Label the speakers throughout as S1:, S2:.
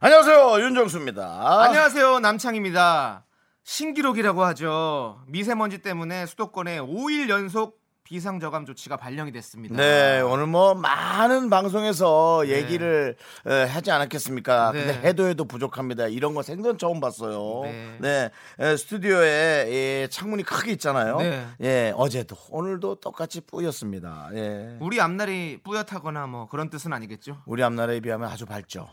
S1: 안녕하세요 윤정수입니다
S2: 안녕하세요 남창입니다 신기록이라고 하죠 미세먼지 때문에 수도권에 5일 연속 비상저감 조치가 발령이 됐습니다
S1: 네 오늘 뭐 많은 방송에서 얘기를 에, 하지 않았겠습니까
S2: 네.
S1: 근데 해도 해도 부족합니다 이런 거 생전 처음 봤어요 네,
S2: 네.
S1: 에, 스튜디오에 예, 창문이 크게 있잖아요
S2: 네.
S1: 예 어제도 오늘도 똑같이 뿌였습니다 예.
S2: 우리 앞날이 뿌옇다거나 뭐 그런 뜻은 아니겠죠
S1: 우리 앞나라에 비하면 아주 밝죠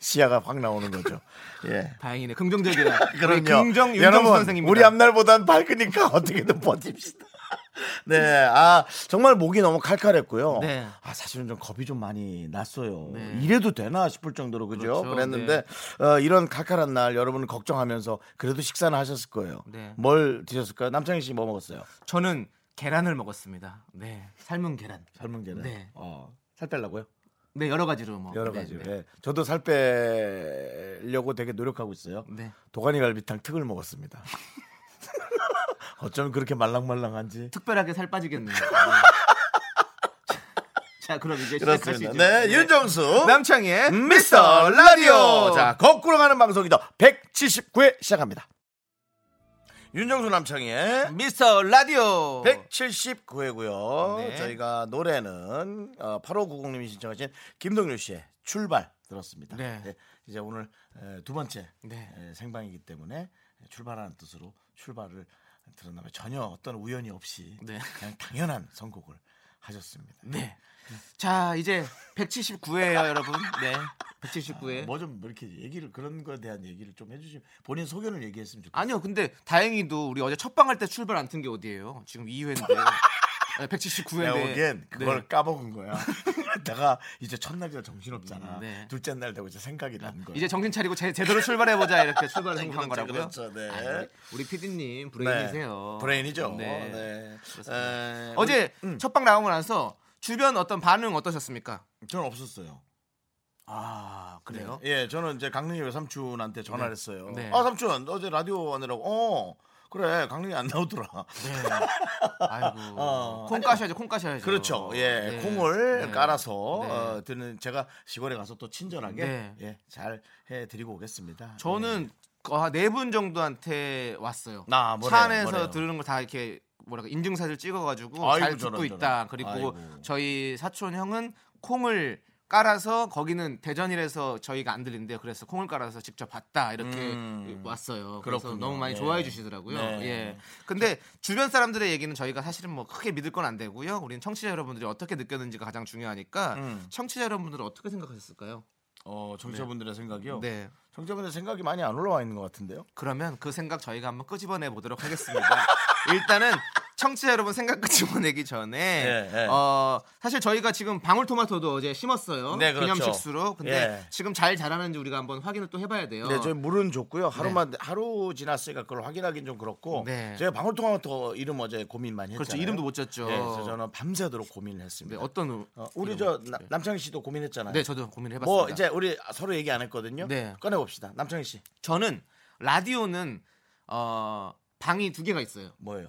S1: 시야가 확 나오는 거죠 예.
S2: 다행이네 긍정적이다 우리
S1: 그럼요.
S2: 긍정 윤정
S1: 여러분,
S2: 선생님
S1: 우리 앞날보단 밝으니까 어떻게든 버팁시다. 네, 아 정말 목이 너무 칼칼했고요.
S2: 네.
S1: 아 사실은 좀 겁이 좀 많이 났어요.
S2: 네.
S1: 이래도 되나 싶을 정도로 그죠?
S2: 그렇죠.
S1: 그랬는데 어, 이런 칼칼한 날 여러분은 걱정하면서 그래도 식사는 하셨을 거예요.
S2: 네.
S1: 뭘 드셨을까요? 남창희 씨 뭐 먹었어요?
S2: 저는 계란을 먹었습니다 네 삶은 계란
S1: 삶은 계란.
S2: 네.
S1: 어, 살 빼려고요?
S2: 네 여러 가지로 뭐
S1: 여러
S2: 네,
S1: 가지.
S2: 네.
S1: 예. 저도 살 빼려고 되게 노력하고 있어요.
S2: 네.
S1: 도가니 갈비탕 특을 먹었습니다. 어쩜 그렇게 말랑말랑한지.
S2: 특별하게 살 빠지겠네요 네. 자 그럼 이제
S1: 그렇습니다.
S2: 시작하시죠
S1: 네, 윤정수.
S2: 남창희의
S1: 미스터 라디오. 자, 거꾸로 가는 방송이다. 179회 시작합니다. 윤정수 남창희의
S2: 미스터 라디오
S1: 179회고요.
S2: 네.
S1: 저희가 노래는 어, 8590님이 신청하신 김동률 씨의 출발 들었습니다.
S2: 네.
S1: 이제 오늘 에, 두 번째
S2: 네.
S1: 에, 생방이기 때문에 출발하는 뜻으로 출발을 들었나봐요. 전혀 어떤 우연이 없이
S2: 네.
S1: 그냥 당연한 선곡을 하셨습니다.
S2: 네. 자, 이제 179회예요, 여러분. 네. 179회.
S1: 뭐 좀 이렇게 얘기를 그런 거에 대한 얘기를 좀 해주시면 본인 소견을 얘기했으면 좋겠어요.
S2: 아니요, 근데 다행히도 우리 어제 첫방 할 때 출발 안 튼 게 어디예요? 지금 2회인데. 네, 179회인데. 네.
S1: 내가 보기엔 그걸 까먹은 거야. 내가 이제 첫날이라 정신없잖아.
S2: 음, 네. 아,
S1: 둘째 날 되고 이제 생각이 난 거야.
S2: 이제 정신 차리고 제, 제대로 출발해 보자 이렇게 출발을
S1: 그렇죠,
S2: 행한 거라고요.
S1: 그렇죠, 네.
S2: 아니, 우리- 우리
S1: 네.
S2: PD님 브레인이세요.
S1: 브레인이죠.
S2: 네.
S1: 네.
S2: 그렇습니다.
S1: 에,
S2: 어제
S1: 음,
S2: 첫방 나오고 나서 주변 어떤 반응 어떠셨습니까?
S1: 저는 없었어요.
S2: 아, 그래요?
S1: 그- 예, 저는 이제 강릉이 외삼촌한테 전화를 했어요.
S2: 네.
S1: 아 삼촌 어제 라디오 하느라고 어 그래 강릉이 안 나오더라.
S2: 네. 아이고.
S1: 어,
S2: 콩
S1: 아니요.
S2: 까셔야죠. 콩 까셔야죠.
S1: 그렇죠. 예,
S2: 네.
S1: 콩을
S2: 네.
S1: 깔아서
S2: 네.
S1: 어, 드는 제가 시골에 가서 또 친절하게
S2: 네.
S1: 예, 잘 해드리고 오겠습니다.
S2: 저는 네 분 정도한테 왔어요.
S1: 아, 뭐래요,
S2: 차 안에서
S1: 뭐래요?
S2: 들으는 거 다 이렇게 뭐랄까 인증사진 찍어가지고
S1: 아이고,
S2: 잘
S1: 저런,
S2: 듣고
S1: 저런.
S2: 있다. 그리고
S1: 아이고.
S2: 저희 사촌 형은 콩을 깔아서 거기는 대전이라서 저희가 안 들린대요. 그래서 콩을 깔아서 직접 봤다 이렇게
S1: 음,
S2: 왔어요.
S1: 그렇군요.
S2: 그래서 너무 많이
S1: 예.
S2: 좋아해 주시더라고요.
S1: 네.
S2: 예. 근데 주변 사람들의 얘기는 저희가 사실은 뭐 크게 믿을 건 안 되고요. 우리는 청취자 여러분들이 어떻게 느꼈는지가 가장 중요하니까
S1: 음.
S2: 청취자 여러분들은 어떻게 생각하셨을까요?
S1: 어, 청자분들의 생각이요.
S2: 네.
S1: 청자분들의 생각이 많이 안 올라와 있는 것 같은데요.
S2: 그러면 그 생각 저희가 한번 끄집어내 보도록 하겠습니다. 일단은 청취자 여러분 생각 끄집어내기 전에
S1: 예, 예.
S2: 어, 사실 저희가 지금 방울토마토도 어제 심었어요.
S1: 네, 그렇죠.
S2: 기념식수로. 근데
S1: 예.
S2: 지금 잘 자라는지 우리가 한번 확인을 또 해봐야 돼요.
S1: 네, 저희 물은 줬고요. 하루만 하루 지났으니까 그걸 확인하긴 좀 그렇고.
S2: 네.
S1: 제가 방울토마토 이름 어제 고민 많이 했잖아요.
S2: 그렇죠. 이름도 못 졌죠.
S1: 예, 그래서 저는 밤새도록 고민을
S2: 네,
S1: 했습니다.
S2: 어떤 우-
S1: 어, 우리
S2: 이름?
S1: 저 나- 남창희 씨도 고민했잖아요.
S2: 네, 저도 고민을 해봤습니다.
S1: 뭐 이제 우리 서로 얘기 안 했거든요.
S2: 네.
S1: 꺼내 봅시다. 남창희 씨
S2: 저는 라디오는 어, 방이 두 개가 있어요.
S1: 뭐예요?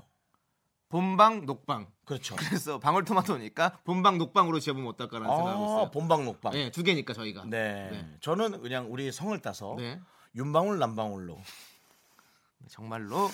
S2: 본방, 녹방.
S1: 그렇죠.
S2: 그래서 방울토마토니까 본방, 녹방으로 지어보면 어떨까라는 생각하고
S1: 아,
S2: 있어요.
S1: 본방목방. 네.
S2: 네, 두 개니까 저희가. 네.
S1: 저는 그냥 우리 성을 따서
S2: 네.
S1: 윤방울 남방울로.
S2: 정말로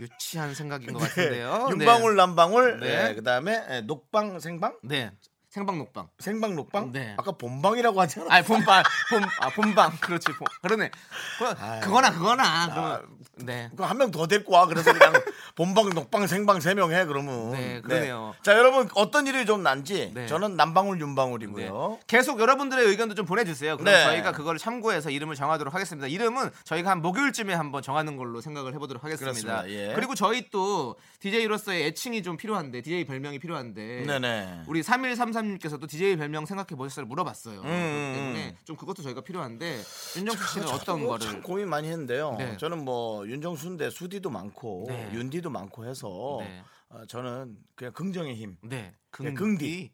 S2: 유치한 생각인 것 같은데요.
S1: 네. 윤방울 남방울.
S2: 네.
S1: 네, 그다음에 예, 녹방 생방?
S2: 네. 네. 생방 녹방.
S1: 생방 녹방?
S2: 네.
S1: 아까 본방이라고 하지 않았어요?
S2: 아, 본방. 본, 아, 본방. 그렇지. 본, 그러네.
S1: 아유. 아,
S2: 그, 거나 그거나. 그러면, 네.
S1: 그럼 한 명 더 데리고 와. 그래서 그냥 본방, 녹방, 생방 세 명 해. 그러면.
S2: 네, 그러네요.
S1: 자, 여러분 어떤 일이 좀 난지.
S2: 네.
S1: 저는 남방울,
S2: 네.
S1: 윤방울이고요.
S2: 계속 여러분들의 의견도 좀 보내주세요. 그럼
S1: 네.
S2: 저희가 그걸 참고해서 이름을 정하도록 하겠습니다. 이름은 저희가 한 목요일쯤에 한번 정하는 걸로 생각을 해보도록 하겠습니다.
S1: 그렇습니다. 예.
S2: 그리고 저희 또 DJ로서의 애칭이 좀 필요한데, DJ 별명이 필요한데,
S1: 네, 네.
S2: 우리 3 1 3 3 사연님께서도 DJ 별명 생각해 보셨어요 물어봤어요.
S1: 음.
S2: 그렇기 때문에 좀 그것도 저희가 필요한데 윤정수 씨는
S1: 저도
S2: 어떤 거를
S1: 참 고민 많이 했는데요.
S2: 네.
S1: 저는 뭐 윤정수인데 수디도 많고
S2: 네.
S1: 윤디도 많고 해서
S2: 네.
S1: 어, 저는 그냥 긍정의 힘.
S2: 네,
S1: 네, 긍디.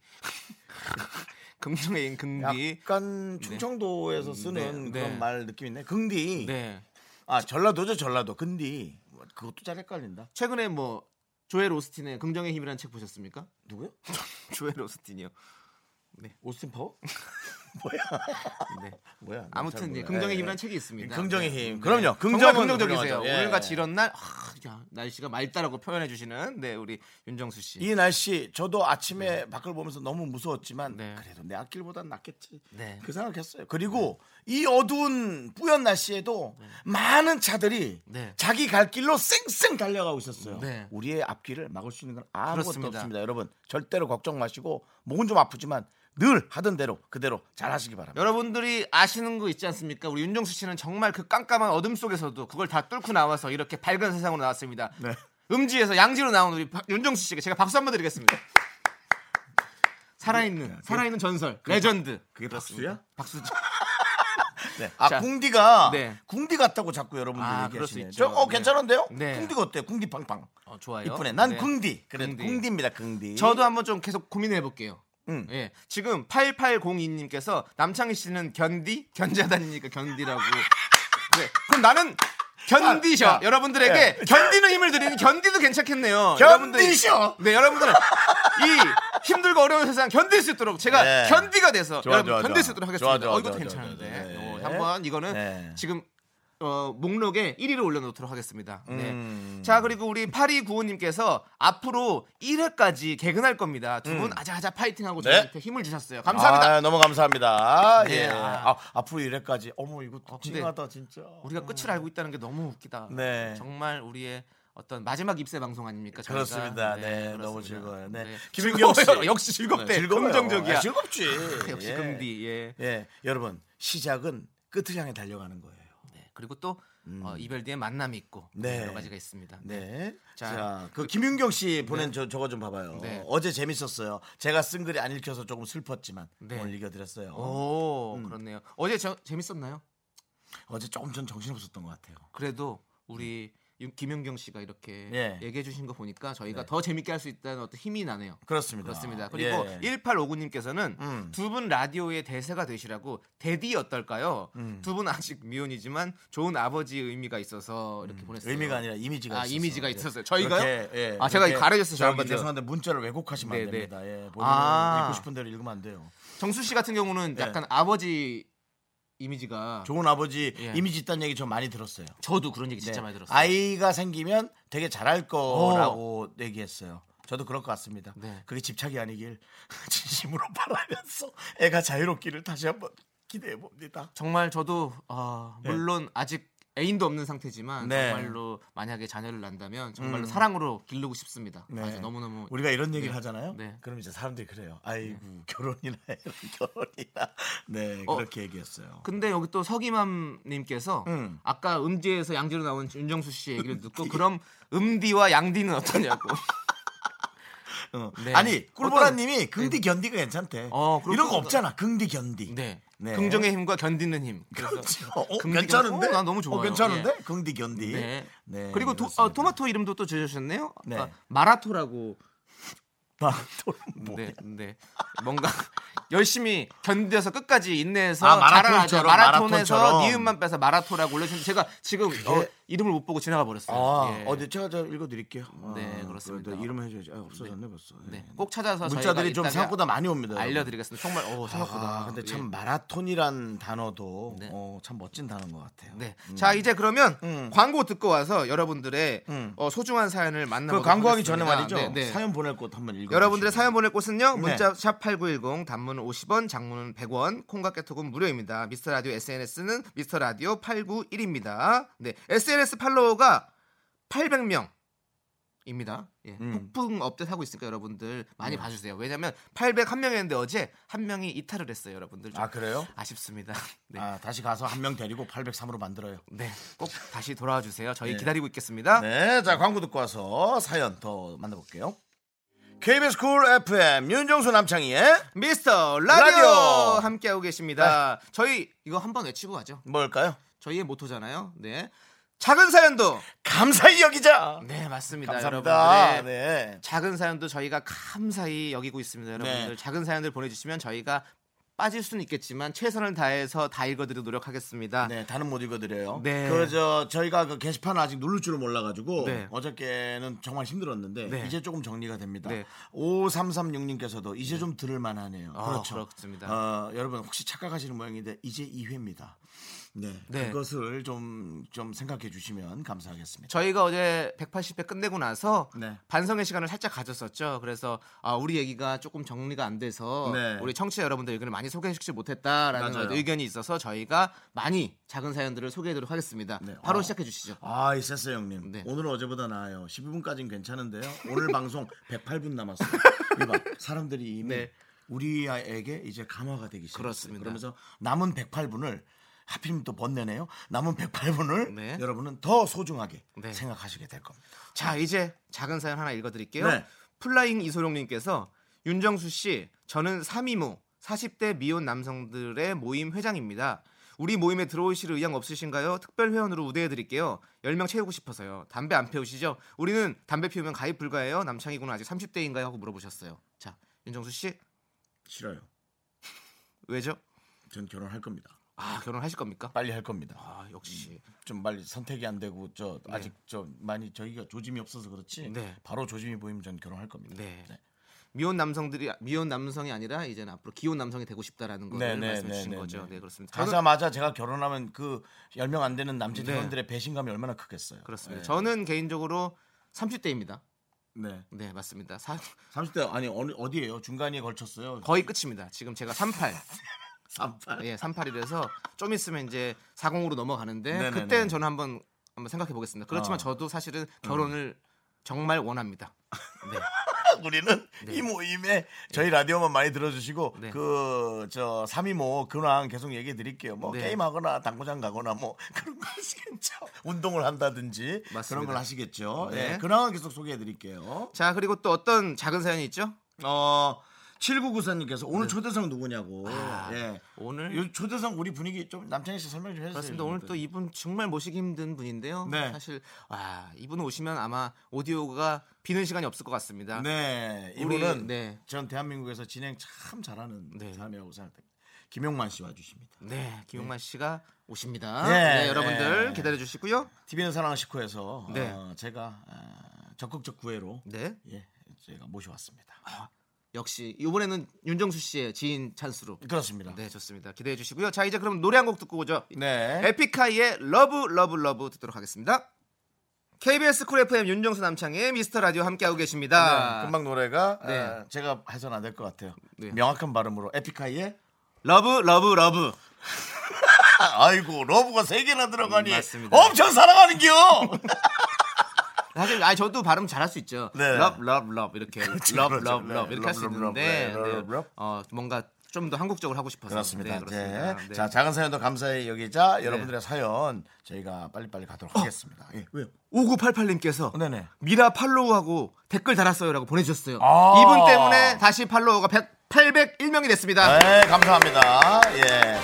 S2: 긍정의 긍디.
S1: 약간 충청도에서 쓰는
S2: 네,
S1: 그런
S2: 네.
S1: 말 느낌 있네. 긍디.
S2: 네.
S1: 아 전라도죠 전라도. 근디. 뭐, 그것도 잘 헷갈린다.
S2: 최근에 뭐 조엘 오스틴의 긍정의 힘이라는 책 보셨습니까?
S1: 누구요? 네,
S2: 조엘 오스틴이요.
S1: 오스틴 파워? 뭐야?
S2: 네.
S1: 뭐야? 잘
S2: 아무튼
S1: 몰라.
S2: 예, 긍정의
S1: 예,
S2: 힘이라는
S1: 예.
S2: 책이 있습니다.
S1: 긍정의 힘.
S2: 네.
S1: 그럼요. 긍정은
S2: 정말 긍정적이세요.
S1: 훌륭하죠. 예.
S2: 오늘같이 이런 날 아, 야, 날씨가 맑다라고 표현해 주시는 네, 우리 윤정수 씨.
S1: 이 날씨 저도 아침에 밖을 보면서 너무 무서웠지만
S2: 네.
S1: 그래도 내 앞길보단 낫겠지
S2: 네.
S1: 그 생각했어요 그리고 이 어두운 뿌연 날씨에도 많은 차들이
S2: 네.
S1: 자기 갈 길로 쌩쌩 달려가고 있었어요
S2: 네.
S1: 우리의 앞길을 막을 수 있는 건 아무것도
S2: 그렇습니다.
S1: 없습니다 여러분 절대로 걱정 마시고 목은 좀 아프지만 늘 하던 대로 그대로 잘 하시기 바랍니다
S2: 여러분들이 아시는 거 있지 않습니까? 우리 윤정수 씨는 정말 그 깜깜한 어둠 속에서도 그걸 다 뚫고 나와서 이렇게 밝은 세상으로 나왔습니다.
S1: 네.
S2: 음지에서 양지로 나온 우리 박- 윤정수 씨에게 제가 박수 한번 드리겠습니다.
S1: 네.
S2: 살아있는 살아있는 전설
S1: 그러니까.
S2: 레전드
S1: 그게
S2: 그렇습니다. 박수죠.
S1: 네. 아
S2: 자,
S1: 궁디가
S2: 네.
S1: 궁디 같다고 자꾸 여러분들이
S2: 아, 그럴 수
S1: 얘기하시네요
S2: 있죠.
S1: 저어
S2: 네.
S1: 괜찮은데요
S2: 네.
S1: 궁디가 어때요 궁디 팡팡
S2: 어, 좋아요.
S1: 이쁘네 난
S2: 네.
S1: 궁디 그래
S2: 궁디.
S1: 궁디입니다 궁디
S2: 저도 한번 좀 계속 고민해 볼게요.
S1: 음.
S2: 예, 지금 8802님께서 남창희 씨는 견디 견자다니니까 견디라고. 네, 그럼 나는 견디셔.
S1: 아, 자,
S2: 여러분들에게
S1: 예.
S2: 견디는 힘을 드리는 견디도 괜찮겠네요.
S1: 견디셔!
S2: 여러분들, 네, 여러분들은 이 힘들고 어려운 세상 견딜 수 있도록 제가
S1: 네.
S2: 견디가 돼서
S1: 좋아,
S2: 여러분
S1: 좋아,
S2: 견딜
S1: 좋아.
S2: 수 있도록 하겠습니다.
S1: 좋아, 좋아,
S2: 어, 이것도
S1: 좋아,
S2: 괜찮은데.
S1: 좋아, 좋아, 좋아.
S2: 어, 한번 이거는
S1: 네.
S2: 지금 어, 목록에 1위를 올려놓도록 하겠습니다. 네.
S1: 음.
S2: 자 그리고 우리 8295님께서 앞으로 1회까지 개근할 겁니다. 두 분 아자아자 파이팅하고
S1: 음. 네.
S2: 저희한테 힘을 주셨어요. 감사합니다.
S1: 아, 너무 감사합니다.
S2: 네,
S1: 예.
S2: 아.
S1: 아, 앞으로 이래까지. 어머 이거
S2: 어, 근데
S1: 찡하다 진짜.
S2: 우리가 끝을 알고 있다는 게 너무 웃기다.
S1: 네.
S2: 정말 우리의 어떤 마지막 입세 방송 아닙니까? 저희가?
S1: 그렇습니다. 네,
S2: 그렇습니다.
S1: 너무 즐거워요. 네.
S2: 즐거워요.
S1: 김윤경 씨.
S2: 역시
S1: 네,
S2: 즐겁대.
S1: 즐거워요.
S2: 긍정적이야.
S1: 아, 즐겁지.
S2: 역시
S1: 예.
S2: 금디. 예.
S1: 예, 여러분 시작은 끝을 향해 달려가는 거예요.
S2: 네. 그리고 또 어, 이별 뒤에 만남이 있고
S1: 음. 네.
S2: 여러 가지가 있습니다.
S1: 네.
S2: 자,
S1: 자, 그 김윤경 씨 보낸 저 저거 좀 봐봐요.
S2: 네.
S1: 어제 재밌었어요. 제가 쓴 글이 안 읽혀서 조금 슬펐지만
S2: 네.
S1: 오늘 읽어드렸어요.
S2: 오
S1: 음.
S2: 그렇네요. 어제 저, 재밌었나요?
S1: 어제 조금 전 정신 없었던 것 같아요.
S2: 그래도 우리 윤- 김윤경 씨가 이렇게
S1: 음. 예. 네.
S2: 얘기해 주신 거 보니까 저희가 더 재밌게 할 수 있다는 어떤 힘이 나네요.
S1: 그렇습니다.
S2: 그렇습니다. 그리고
S1: 예.
S2: 1859님께서는
S1: 음.
S2: 두 분 라디오의 대세가 되시라고 대디 어떨까요?
S1: 음.
S2: 두 분 아직 미혼이지만 좋은 아버지의 의미가 있어서 이렇게
S1: 음,
S2: 보냈어요.
S1: 의미가 아니라 이미지가
S2: 아,
S1: 있었어요.
S2: 이미지가
S1: 예.
S2: 있었어요. 저희가요?
S1: 이렇게, 예,
S2: 아, 제가
S1: 이렇게
S2: 가려졌어요,
S1: 저기
S2: 저한테.
S1: 죄송한데 문자를 왜곡하시면
S2: 네,
S1: 안
S2: 네.
S1: 됩니다. 예, 본인은
S2: 아.
S1: 읽고 싶은 대로 읽으면 안 돼요.
S2: 정수 씨 같은 경우는
S1: 예.
S2: 약간 아버지 이미지가
S1: 좋은 아버지
S2: 예.
S1: 이미지 있다는 얘기 저 많이 들었어요.
S2: 저도 그런 얘기 진짜
S1: 네.
S2: 많이 들었어요.
S1: 아이가 생기면 되게 잘할 거라고 얘기했어요. 저도 그럴 것 같습니다.
S2: 네.
S1: 그게 집착이 아니길 진심으로 바라면서 애가 자유롭기를 다시 한번 기대해 봅니다.
S2: 정말 저도 어,
S1: 네.
S2: 물론 아직 애인도 없는 상태지만
S1: 네.
S2: 정말로 만약에 자녀를 낳는다면
S1: 음.
S2: 정말로 사랑으로 기르고 싶습니다.
S1: 네.
S2: 맞아, 너무너무
S1: 우리가 이런 얘기를
S2: 네.
S1: 하잖아요.
S2: 네. 음.
S1: 그럼 이제 사람들이 그래요. 아이고 결혼이나 해라, 결혼이나 네
S2: 어.
S1: 그렇게 얘기했어요.
S2: 근데 여기 또 서기맘님께서
S1: 음.
S2: 아까 음지에서 양지로 나온 윤정수 씨 얘기를 듣고 그럼 음디와 양디는 어떠냐고.
S1: 어.
S2: 네.
S1: 아니
S2: 어떤- 네.
S1: 꿀보라님이 긍디 견디가 괜찮대.
S2: 어, 그렇구나.
S1: 이런 거 없잖아. 긍디 견디.
S2: 네.
S1: 네.
S2: 긍정의 힘과 견디는 힘. 그래서
S1: 그렇죠. 어,
S2: 긍디
S1: 괜찮은데?
S2: 견- 어, 난 너무 좋아요.
S1: 어, 괜찮은데? 긍디 견디.
S2: 네.
S1: 네.
S2: 그리고 도,
S1: 그렇습니다.
S2: 어, 토마토 이름도 또 주셨네요.
S1: 네.
S2: 아까 마라토라고.
S1: 마라톤은 아, 뭐야?
S2: 네, 네. 뭔가 열심히 견뎌서 끝까지 인내해서
S1: 아,
S2: 마라톤에서
S1: 마라톤처럼,
S2: 마라톤에서
S1: 마라톤처럼.
S2: 니은만 빼서 마라토라고 올려주는데 제가 지금 어, 이름을 못 보고 지나가 버렸어요.
S1: 아,
S2: 예.
S1: 어, 네, 제가 저 읽어드릴게요.
S2: 네,
S1: 아,
S2: 그렇습니다.
S1: 네, 이름 해줘야지. 아, 없어졌네 벌써.
S2: 네, 꼭 찾아서
S1: 문자들이
S2: 저희가
S1: 좀
S2: 이따가
S1: 생각보다 많이 옵니다. 여러분.
S2: 알려드리겠습니다. 정말 어, 생각보다.
S1: 아, 근데
S2: 예.
S1: 참 마라톤이란 단어도
S2: 네.
S1: 어, 참 멋진 단어인 것 같아요.
S2: 네. 자 이제 그러면
S1: 음.
S2: 광고 듣고 와서 여러분들의
S1: 음.
S2: 어, 소중한 사연을
S1: 그
S2: 만나보도록
S1: 광고하기
S2: 하겠습니다.
S1: 전에 말이죠.
S2: 네, 네.
S1: 사연 보낼 곳 한번 읽어.
S2: 여러분들의 사연 보낼 곳은요.
S1: 네.
S2: 문자 샵 #8910 단문은 50원, 장문은 100원, 콩과 깨톡은 무료입니다. 미스터 라디오 SNS는 미스터 라디오 891입니다. 네, SNS 팔로워가 800명. 입니다. 예.
S1: 음. 네.
S2: 폭풍 업데이트 하고 있으니까 여러분들 많이 봐주세요. 왜냐하면 801명이었는데 어제 한 명이 이탈을 했어요, 여러분들. 좀
S1: 아 그래요?
S2: 아쉽습니다. 네.
S1: 아 다시 가서 한 명 데리고 803으로 만들어요.
S2: 네, 꼭 다시 돌아와 주세요. 저희 기다리고 있겠습니다.
S1: 네, 자 광고 듣고 와서 사연 더 만나볼게요. KBS 쿨 FM 윤정수 남창희의
S2: 미스터 라디오,
S1: 라디오! 네.
S2: 함께하고 계십니다. 저희 이거 한번 외치고 가죠.
S1: 뭘까요?
S2: 저희의 모토잖아요. 네. 작은 사연도
S1: 감사히 여기자.
S2: 네 맞습니다.
S1: 감사합니다.
S2: 여러분들의
S1: 네.
S2: 작은 사연도 저희가 감사히 여기고 있습니다. 여러분들
S1: 네.
S2: 작은 사연들 보내주시면 저희가 빠질 수는 있겠지만 최선을 다해서 다 읽어드리도록 노력하겠습니다.
S1: 네, 다는 못 읽어드려요.
S2: 아. 네.
S1: 그저 저희가 그 게시판 아직 누를 줄을 몰라가지고
S2: 네.
S1: 어저께는 정말 힘들었는데
S2: 네.
S1: 이제 조금 정리가 됩니다.
S2: 네.
S1: 5336님께서도 이제 좀 들을만하네요.
S2: 아,
S1: 그렇죠.
S2: 그렇습니다.
S1: 어, 여러분 혹시 착각하시는 모양인데 이제 2회입니다. 네,
S2: 네.
S1: 그것을 좀 좀 생각해 주시면 감사하겠습니다.
S2: 저희가 어제 180회 끝내고 나서
S1: 네.
S2: 반성의 시간을 살짝 가졌었죠. 그래서 아, 우리 얘기가 조금 정리가 안 돼서
S1: 네.
S2: 우리 청취자 여러분들 의견을 많이 소개시키지 못했다라는
S1: 맞아요.
S2: 의견이 있어서 저희가 많이 작은 사연들을 소개해드리도록 하겠습니다.
S1: 네.
S2: 바로
S1: 어.
S2: 시작해 주시죠.
S1: 아, 이 세스 형님.
S2: 네.
S1: 오늘은 어제보다 나아요. 12분까지는 괜찮은데요. 오늘 방송 108분 남았어요. 이봐, 사람들이 이미
S2: 네.
S1: 우리에게 이제 감화가 되기 시작했어요.
S2: 그렇습니다.
S1: 그러면서 남은 108분을 하필이면 또 번내네요. 남은 108분을
S2: 네.
S1: 여러분은 더 소중하게
S2: 네.
S1: 생각하시게 될 겁니다.
S2: 자 이제 작은 사연 하나 읽어드릴게요.
S1: 네.
S2: 플라잉 이소룡님께서 윤정수 씨 저는 삼이모 40대 미혼 남성들의 모임 회장입니다. 우리 모임에 들어오실 의향 없으신가요? 특별 회원으로 우대해드릴게요. 10명 채우고 싶어서요. 담배 안 피우시죠? 우리는 담배 피우면 가입 불가예요. 남창이구는 아직 30대인가요? 하고 물어보셨어요. 자 윤정수 씨
S1: 싫어요.
S2: 왜죠?
S1: 전 결혼할 겁니다.
S2: 아 결혼하실 겁니까?
S1: 빨리 할 겁니다.
S2: 아 역시
S1: 좀 빨리 선택이 안 되고 저 아직 저 많이 저희가 조짐이 없어서 그렇지.
S2: 네.
S1: 바로 조짐이 보이면 전 결혼할 겁니다.
S2: 네. 미혼 남성들이 미혼 남성이 아니라 이제는 앞으로 기혼 남성이 되고 싶다라는 거를 말씀해 주신 거죠. 네 그렇습니다. 저는-
S1: 가자마자 제가 결혼하면 그 10명 안 되는 남자
S2: 네.
S1: 직원들의 배신감이 얼마나 크겠어요.
S2: 그렇습니다.
S1: 네.
S2: 저는 개인적으로 30대입니다.
S1: 네.
S2: 네, 맞습니다. 사-
S1: 30대 아니 어느 어디예요? 중간에 걸쳤어요.
S2: 거의 끝입니다. 지금 제가 38.
S1: 38.
S2: 예, 38이라서 좀 있으면 이제 40으로 넘어가는데
S1: 네네네.
S2: 그때는 저는 한번 한번 생각해 보겠습니다. 그렇지만
S1: 어.
S2: 저도 사실은 결혼을 정말 원합니다. 네.
S1: 우리는 이 모임에 저희 라디오만 많이 들어주시고
S2: 네.
S1: 그 저 삼이모 근황 계속 얘기해 드릴게요. 뭐
S2: 네.
S1: 게임하거나 당구장 가거나 뭐 그런 거 하시겠죠. 운동을 한다든지 그런 걸
S2: 맞습니다.
S1: 하시겠죠.
S2: 네.
S1: 네. 근황은 계속 소개해 드릴게요.
S2: 자, 그리고 또 어떤 작은 사연이 있죠?
S1: 어 7994님께서 오늘 초대성 누구냐고.
S2: 네. 아,
S1: 예.
S2: 오늘
S1: 요 초대성 우리 분위기 좀 남창희 씨 설명 좀 해주세요.
S2: 그렇습니다. 오늘 또 이분 정말 모시기 힘든 분인데요.
S1: 네.
S2: 사실 아, 이분 오시면 아마 오디오가 비는 시간이 없을 것 같습니다.
S1: 네
S2: 우리-
S1: 이분은
S2: 네.
S1: 전 대한민국에서 진행 참 잘하는
S2: 네.
S1: 사람이라고 생각됩니다. 김용만 씨 와주십니다.
S2: 네, 김용만 씨가 오십니다.
S1: 네,
S2: 네, 여러분들
S1: 네.
S2: 기다려 주시고요.
S1: TV는 사랑 식후에서
S2: 네.
S1: 어, 제가 아, 적극적 구애로
S2: 네.
S1: 예, 제가 모셔왔습니다.
S2: 역시 이번에는 윤정수 씨의 지인 찬스로.
S1: 그렇습니다. 네.
S2: 네, 좋습니다. 기대해 주시고요. 자, 이제 그럼 노래 한 곡 듣고 오죠. 에픽하이의 러브 러브 러브 듣도록 하겠습니다. KBS 쿨 FM 윤정수 남창의 미스터 라디오 함께하고
S1: 네,
S2: 계십니다.
S1: 금방 노래가
S2: 네.
S1: 아, 제가 해선 안 될 것 같아요.
S2: 네.
S1: 명확한 발음으로 에픽하이의
S2: 러브 러브 러브.
S1: 아, 아이고 러브가 세 개나 들어가니
S2: 음, 맞습니다.
S1: 엄청 사랑하는겨.
S2: 사실 아 저도 발음 잘할 수 있죠.
S1: 네.
S2: 러브 러브 러브 이렇게 러브
S1: 그렇죠.
S2: 러브
S1: 네,
S2: 러브 이렇게 할 수
S1: 러브, 러브,
S2: 있는데
S1: 러브,
S2: 네,
S1: 러브, 러브.
S2: 어 뭔가 좀 더 한국적으로 하고 싶어서
S1: 그렇습니다.
S2: 네, 그렇습니다.
S1: 네.
S2: 네.
S1: 자 작은 사연도 감사히 여기자 여러분들의 사연 저희가 빨리빨리 가도록
S2: 어.
S1: 하겠습니다. 예. 왜요?
S2: 5988님께서
S1: 어, 네네.
S2: 미라 팔로우하고 댓글 달았어요라고 보내주셨어요.
S1: 아.
S2: 이분 때문에 다시 팔로우가 100, 801명이 됐습니다.
S1: 네, 감사합니다. 예.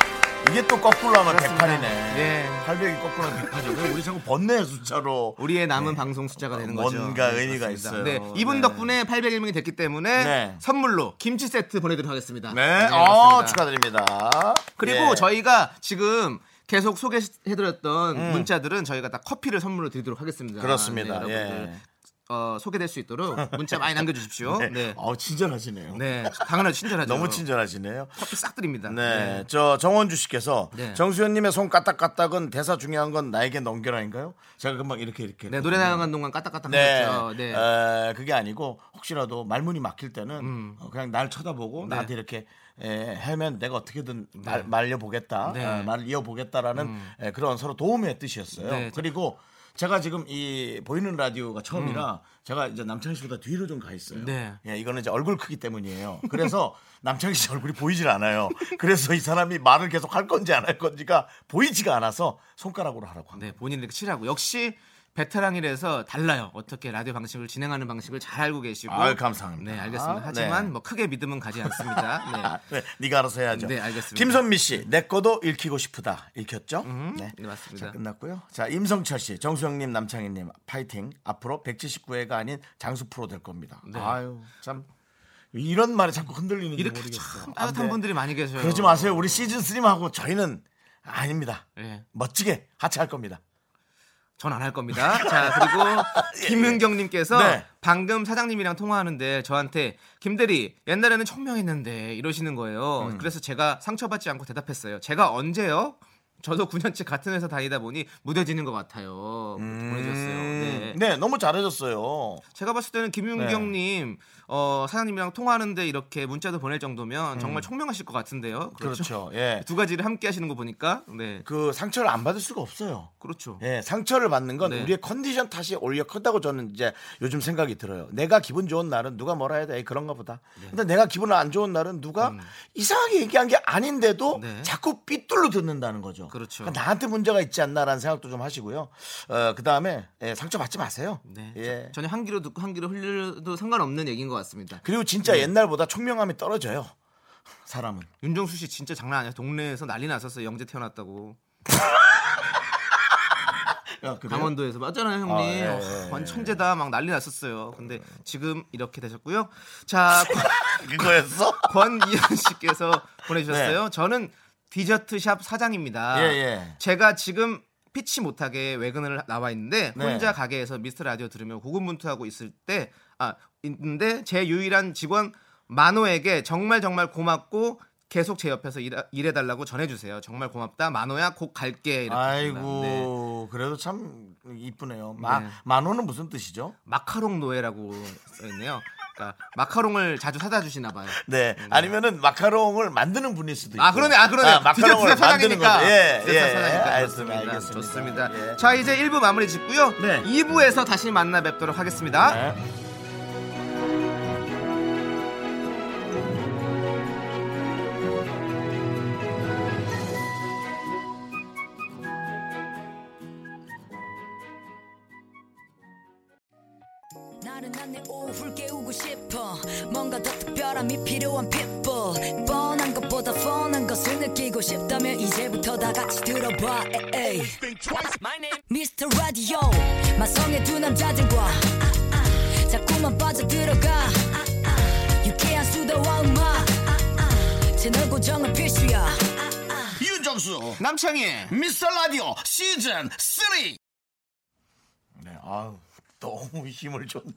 S1: 이게 또 거꾸로 하면
S2: 그렇습니다.
S1: 108이네.
S2: 예.
S1: 800이 거꾸로 하면 108이네. 왜 우리 자꾸 번네 숫자로.
S2: 우리의 남은 방송 숫자가 되는 거죠.
S1: 뭔가 의미가
S2: 그렇습니다.
S1: 있어요.
S2: 네, 이분
S1: 네.
S2: 덕분에 801명이 됐기 때문에
S1: 네.
S2: 선물로 김치 세트 보내드리도록 하겠습니다.
S1: 네,
S2: 그렇습니다.
S1: 어, 축하드립니다.
S2: 그리고
S1: 예.
S2: 저희가 지금 계속 소개해드렸던 문자들은 저희가 다 커피를 선물로 드리도록 하겠습니다.
S1: 음. 그렇습니다.
S2: 네, 여러분들,
S1: 예.
S2: 어, 소개될 수 있도록 문자 많이 남겨주십시오.
S1: 네.
S2: 네. 네.
S1: 어, 친절하시네요.
S2: 당연하죠. 친절하죠.
S1: 너무 친절하시네요.
S2: 커피 싹 드립니다.
S1: 네, 저 정원주 씨께서
S2: 네.
S1: 정수현님의 손 까딱까딱은 대사 중요한 건 나에게 넘겨라인가요? 제가 금방 이렇게 이렇게.
S2: 네, 노래 나가는 동안 까딱까딱
S1: 음. 네,
S2: 하셨죠. 네.
S1: 에, 그게 아니고 혹시라도 말문이 막힐 때는
S2: 음.
S1: 어, 그냥 날 쳐다보고
S2: 네.
S1: 나한테 이렇게 에, 헤면 내가 어떻게든 말, 말려보겠다,
S2: 네. 음.
S1: 어, 말을 이어보겠다라는 에, 그런 서로 도움의 뜻이었어요.
S2: 네,
S1: 그리고 제가 지금 이 보이는 라디오가 처음이라 제가 이제 남창희 씨보다 뒤로 좀 가 있어요.
S2: 네.
S1: 예, 이거는 이제 얼굴 크기 때문이에요. 그래서 남창희 씨 얼굴이 보이질 않아요. 그래서 이 사람이 말을 계속 할 건지 안 할 건지가 보이지가 않아서 손가락으로 하라고 합니다.
S2: 네, 본인을 치라고. 역시 베테랑이라서 달라요. 어떻게 라디오 방식을 진행하는 방식을 잘 알고 계시고.
S1: 아유, 감사합니다.
S2: 네, 알겠습니다. 하지만 뭐 크게 믿음은 가지 않습니다.
S1: 네. 네, 가 알아서 해야죠.
S2: 네, 알겠습니다.
S1: 김선미 씨, 내 거도 읽히고 싶다. 읽혔죠?
S2: 네, 맞습니다.
S1: 자, 끝났고요. 자, 임성철 씨, 정수영님, 남창희님, 파이팅. 앞으로 179회가 아닌 장수 프로 될 겁니다. 아유, 참. 이런 말에 자꾸 흔들리는지
S2: 네. 이렇게
S1: 모르겠어요.
S2: 참
S1: 안
S2: 따뜻한
S1: 돼.
S2: 분들이 많이 계셔요.
S1: 그러지 마세요. 우리 시즌 3하고 저희는 아닙니다.
S2: 예.
S1: 멋지게 하차할 겁니다.
S2: 전 안 할 겁니다. 자, 그리고 김은경님께서
S1: 예, 네.
S2: 방금 사장님이랑 통화하는데 저한테 김대리 옛날에는 청명했는데 이러시는 거예요.
S1: 음.
S2: 그래서 제가 상처받지 않고 대답했어요. 제가 언제요? 저도 9년째 같은 회사 다니다 보니 무뎌지는 것 같아요. 보내주셨어요. 네.
S1: 음, 네, 너무 잘해줬어요.
S2: 제가 봤을 때는 김윤경님
S1: 네.
S2: 어, 사장님이랑 통화하는데 이렇게 문자도 보낼 정도면 정말 청명하실 것 같은데요.
S1: 음. 그렇죠. 예.
S2: 두 가지를 함께 하시는 거 보니까 네
S1: 그 상처를 안 받을 수가 없어요.
S2: 그렇죠.
S1: 예, 상처를 받는 건
S2: 네.
S1: 우리의 컨디션 탓이 오히려 크다고 저는 이제 요즘 생각이 들어요. 내가 기분 좋은 날은 누가 뭐라 해야 돼? 에이, 그런가 보다.
S2: 네.
S1: 근데 내가 기분 안 좋은 날은 누가 이상하게 얘기한 게 아닌데도
S2: 음. 네.
S1: 자꾸 삐뚤로 듣는다는 거죠.
S2: 그렇죠.
S1: 그러니까 나한테 문제가 있지 않나라는 생각도 좀 하시고요. 어, 그 다음에 상처 받지 마세요.
S2: 네.
S1: 예.
S2: 저- 전혀 한 귀로 듣고 한 귀로 흘려도 상관없는 얘기인 것 같습니다.
S1: 그리고 진짜
S2: 네.
S1: 옛날보다 총명함이 떨어져요. 사람은.
S2: 윤정수 씨 진짜 장난 아니야. 동네에서 난리 났었어요. 영재 태어났다고.
S1: 야, 그래요?
S2: 강원도에서 맞잖아요, 형님.
S1: 아, 예,
S2: 와,
S1: 예, 예.
S2: 완전 천재다. 막 난리 났었어요. 근데 지금 이렇게 되셨고요. 자,
S1: 그거였어?
S2: 권, 권이현 씨께서 보내주셨어요. 저는 디저트 샵 사장입니다.
S1: 예, 예.
S2: 제가 지금 피치 못하게 외근을 나와 있는데
S1: 네.
S2: 혼자 가게에서 미스터 라디오 들으며 고군분투하고 있을 때 아, 있는데 제 유일한 직원 만호에게 정말 정말 고맙고 계속 제 옆에서 일, 해달라고 전해주세요. 정말 고맙다. 만호야 곧 갈게. 네. 이렇게
S1: 아이고
S2: 하셨는데
S1: 그래도 참 이쁘네요. 마,
S2: 네.
S1: 만호는 무슨 뜻이죠?
S2: 마카롱 노예라고 써있네요. 그러니까 마카롱을 자주 사다 주시나 봐요.
S1: 네. 아니면은 마카롱을 만드는 분일 수도 있고.
S2: 음. 아 그러네 아 그러네
S1: 마카롱을
S2: 디저트
S1: 만드는
S2: 사장이니까
S1: 거죠. 예,
S2: 디저트
S1: 예.
S2: 그러니까 사장이니까
S1: 알겠습니다.
S2: 그렇습니다.
S1: 알겠습니다.
S2: 좋습니다
S1: 예.
S2: 자 이제 1부 마무리 짓고요
S1: 네.
S2: 2부에서 다시 만나 뵙도록 하겠습니다
S1: 네.
S3: 나른한 내 오후를 깨우고 싶어 뭔가 더 특별함이 필요한 people 뻔한 것보다 뻔한 것을 느끼고 싶다면 이제부터 다 같이 들어봐 에이. Mr. Radio 마성의 두 남자들과 아, 아. 자꾸만 빠져들어가 아, 아. 유쾌한 수다와 음악 아, 아. 채널 고정은 필수야
S1: 윤정수
S2: 남창희
S1: 미스터 라디오 시즌 3. 네. 아우. 너무 힘을 줬네.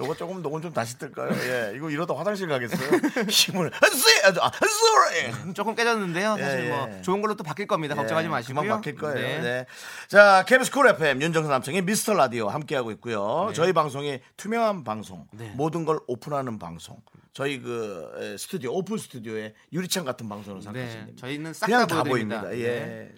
S1: 요거 조금 녹음 좀 다시 뜰까요? 예. 이거 이러다 화장실 가겠어요. 힘을 쓰 아, 쓰
S2: 조금 깨졌는데요 사실
S1: 예,
S2: 뭐
S1: 예.
S2: 좋은 걸로 또 바뀔 겁니다 걱정하지
S1: 예,
S2: 마시고요
S1: 금방 바뀔 거예요.
S2: 네.
S1: 네. 자, 케빈스쿨 FM 윤정수 남성의 미스터 라디오 함께하고 있고요.
S2: 네.
S1: 저희 방송이 투명한 방송, 모든 걸 오픈하는 방송. 저희 그 에, 스튜디오 오픈 스튜디오에 유리창 같은 방송으로 생각하시면
S2: 네,
S1: 됩니다.
S2: 저희는 싹
S1: 그냥
S2: 다
S1: 다
S2: 보여드립니다
S1: 보입니다. 예.
S2: 네.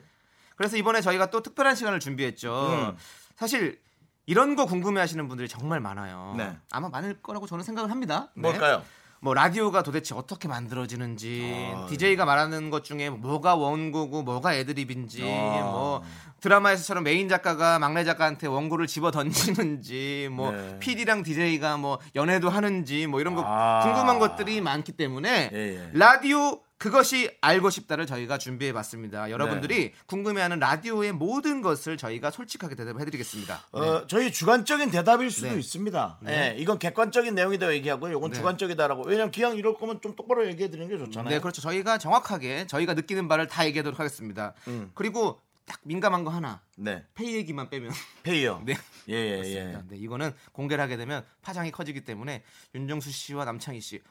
S2: 그래서 이번에 저희가 또 특별한 시간을 준비했죠
S1: 음.
S2: 사실 이런 거 궁금해하시는 분들이 정말 많아요
S1: 네.
S2: 아마 많을 거라고 저는 생각을 합니다 네.
S1: 뭘까요?
S2: 뭐 라디오가 도대체 어떻게 만들어지는지
S1: 아,
S2: DJ가 말하는 것 중에 뭐가 원고고 뭐가 애드립인지
S1: 아.
S2: 뭐 드라마에서처럼 메인 작가가 막내 작가한테 원고를 집어 던지는지 뭐
S1: 네.
S2: PD랑 DJ가 뭐 연애도 하는지 뭐 이런 거
S1: 아.
S2: 궁금한 것들이 많기 때문에
S1: 예, 예.
S2: 라디오 그것이 알고 싶다를 저희가 준비해 봤습니다. 여러분들이 궁금해하는 라디오의 모든 것을 저희가 솔직하게 대답해 드리겠습니다.
S1: 어, 저희 주관적인 대답일 수도
S2: 네.
S1: 있습니다.
S2: 네.
S1: 예, 이건 객관적인 내용이다 얘기하고요. 이건
S2: 네.
S1: 주관적이다라고. 왜냐면 기왕 이럴 거면 좀 똑바로 얘기해 드리는 게 좋잖아요.
S2: 네, 그렇죠. 저희가 정확하게 저희가 느끼는 바를 다 얘기하도록 하겠습니다. 그리고 딱 민감한 거 하나.
S1: 네.
S2: 페이 얘기만 빼면
S1: 페이요.
S2: 네.
S1: 예, 예, 예.
S2: 그렇습니다. 네, 이거는 공개를 하게 되면 파장이 커지기 때문에 윤정수 씨와 남창희 씨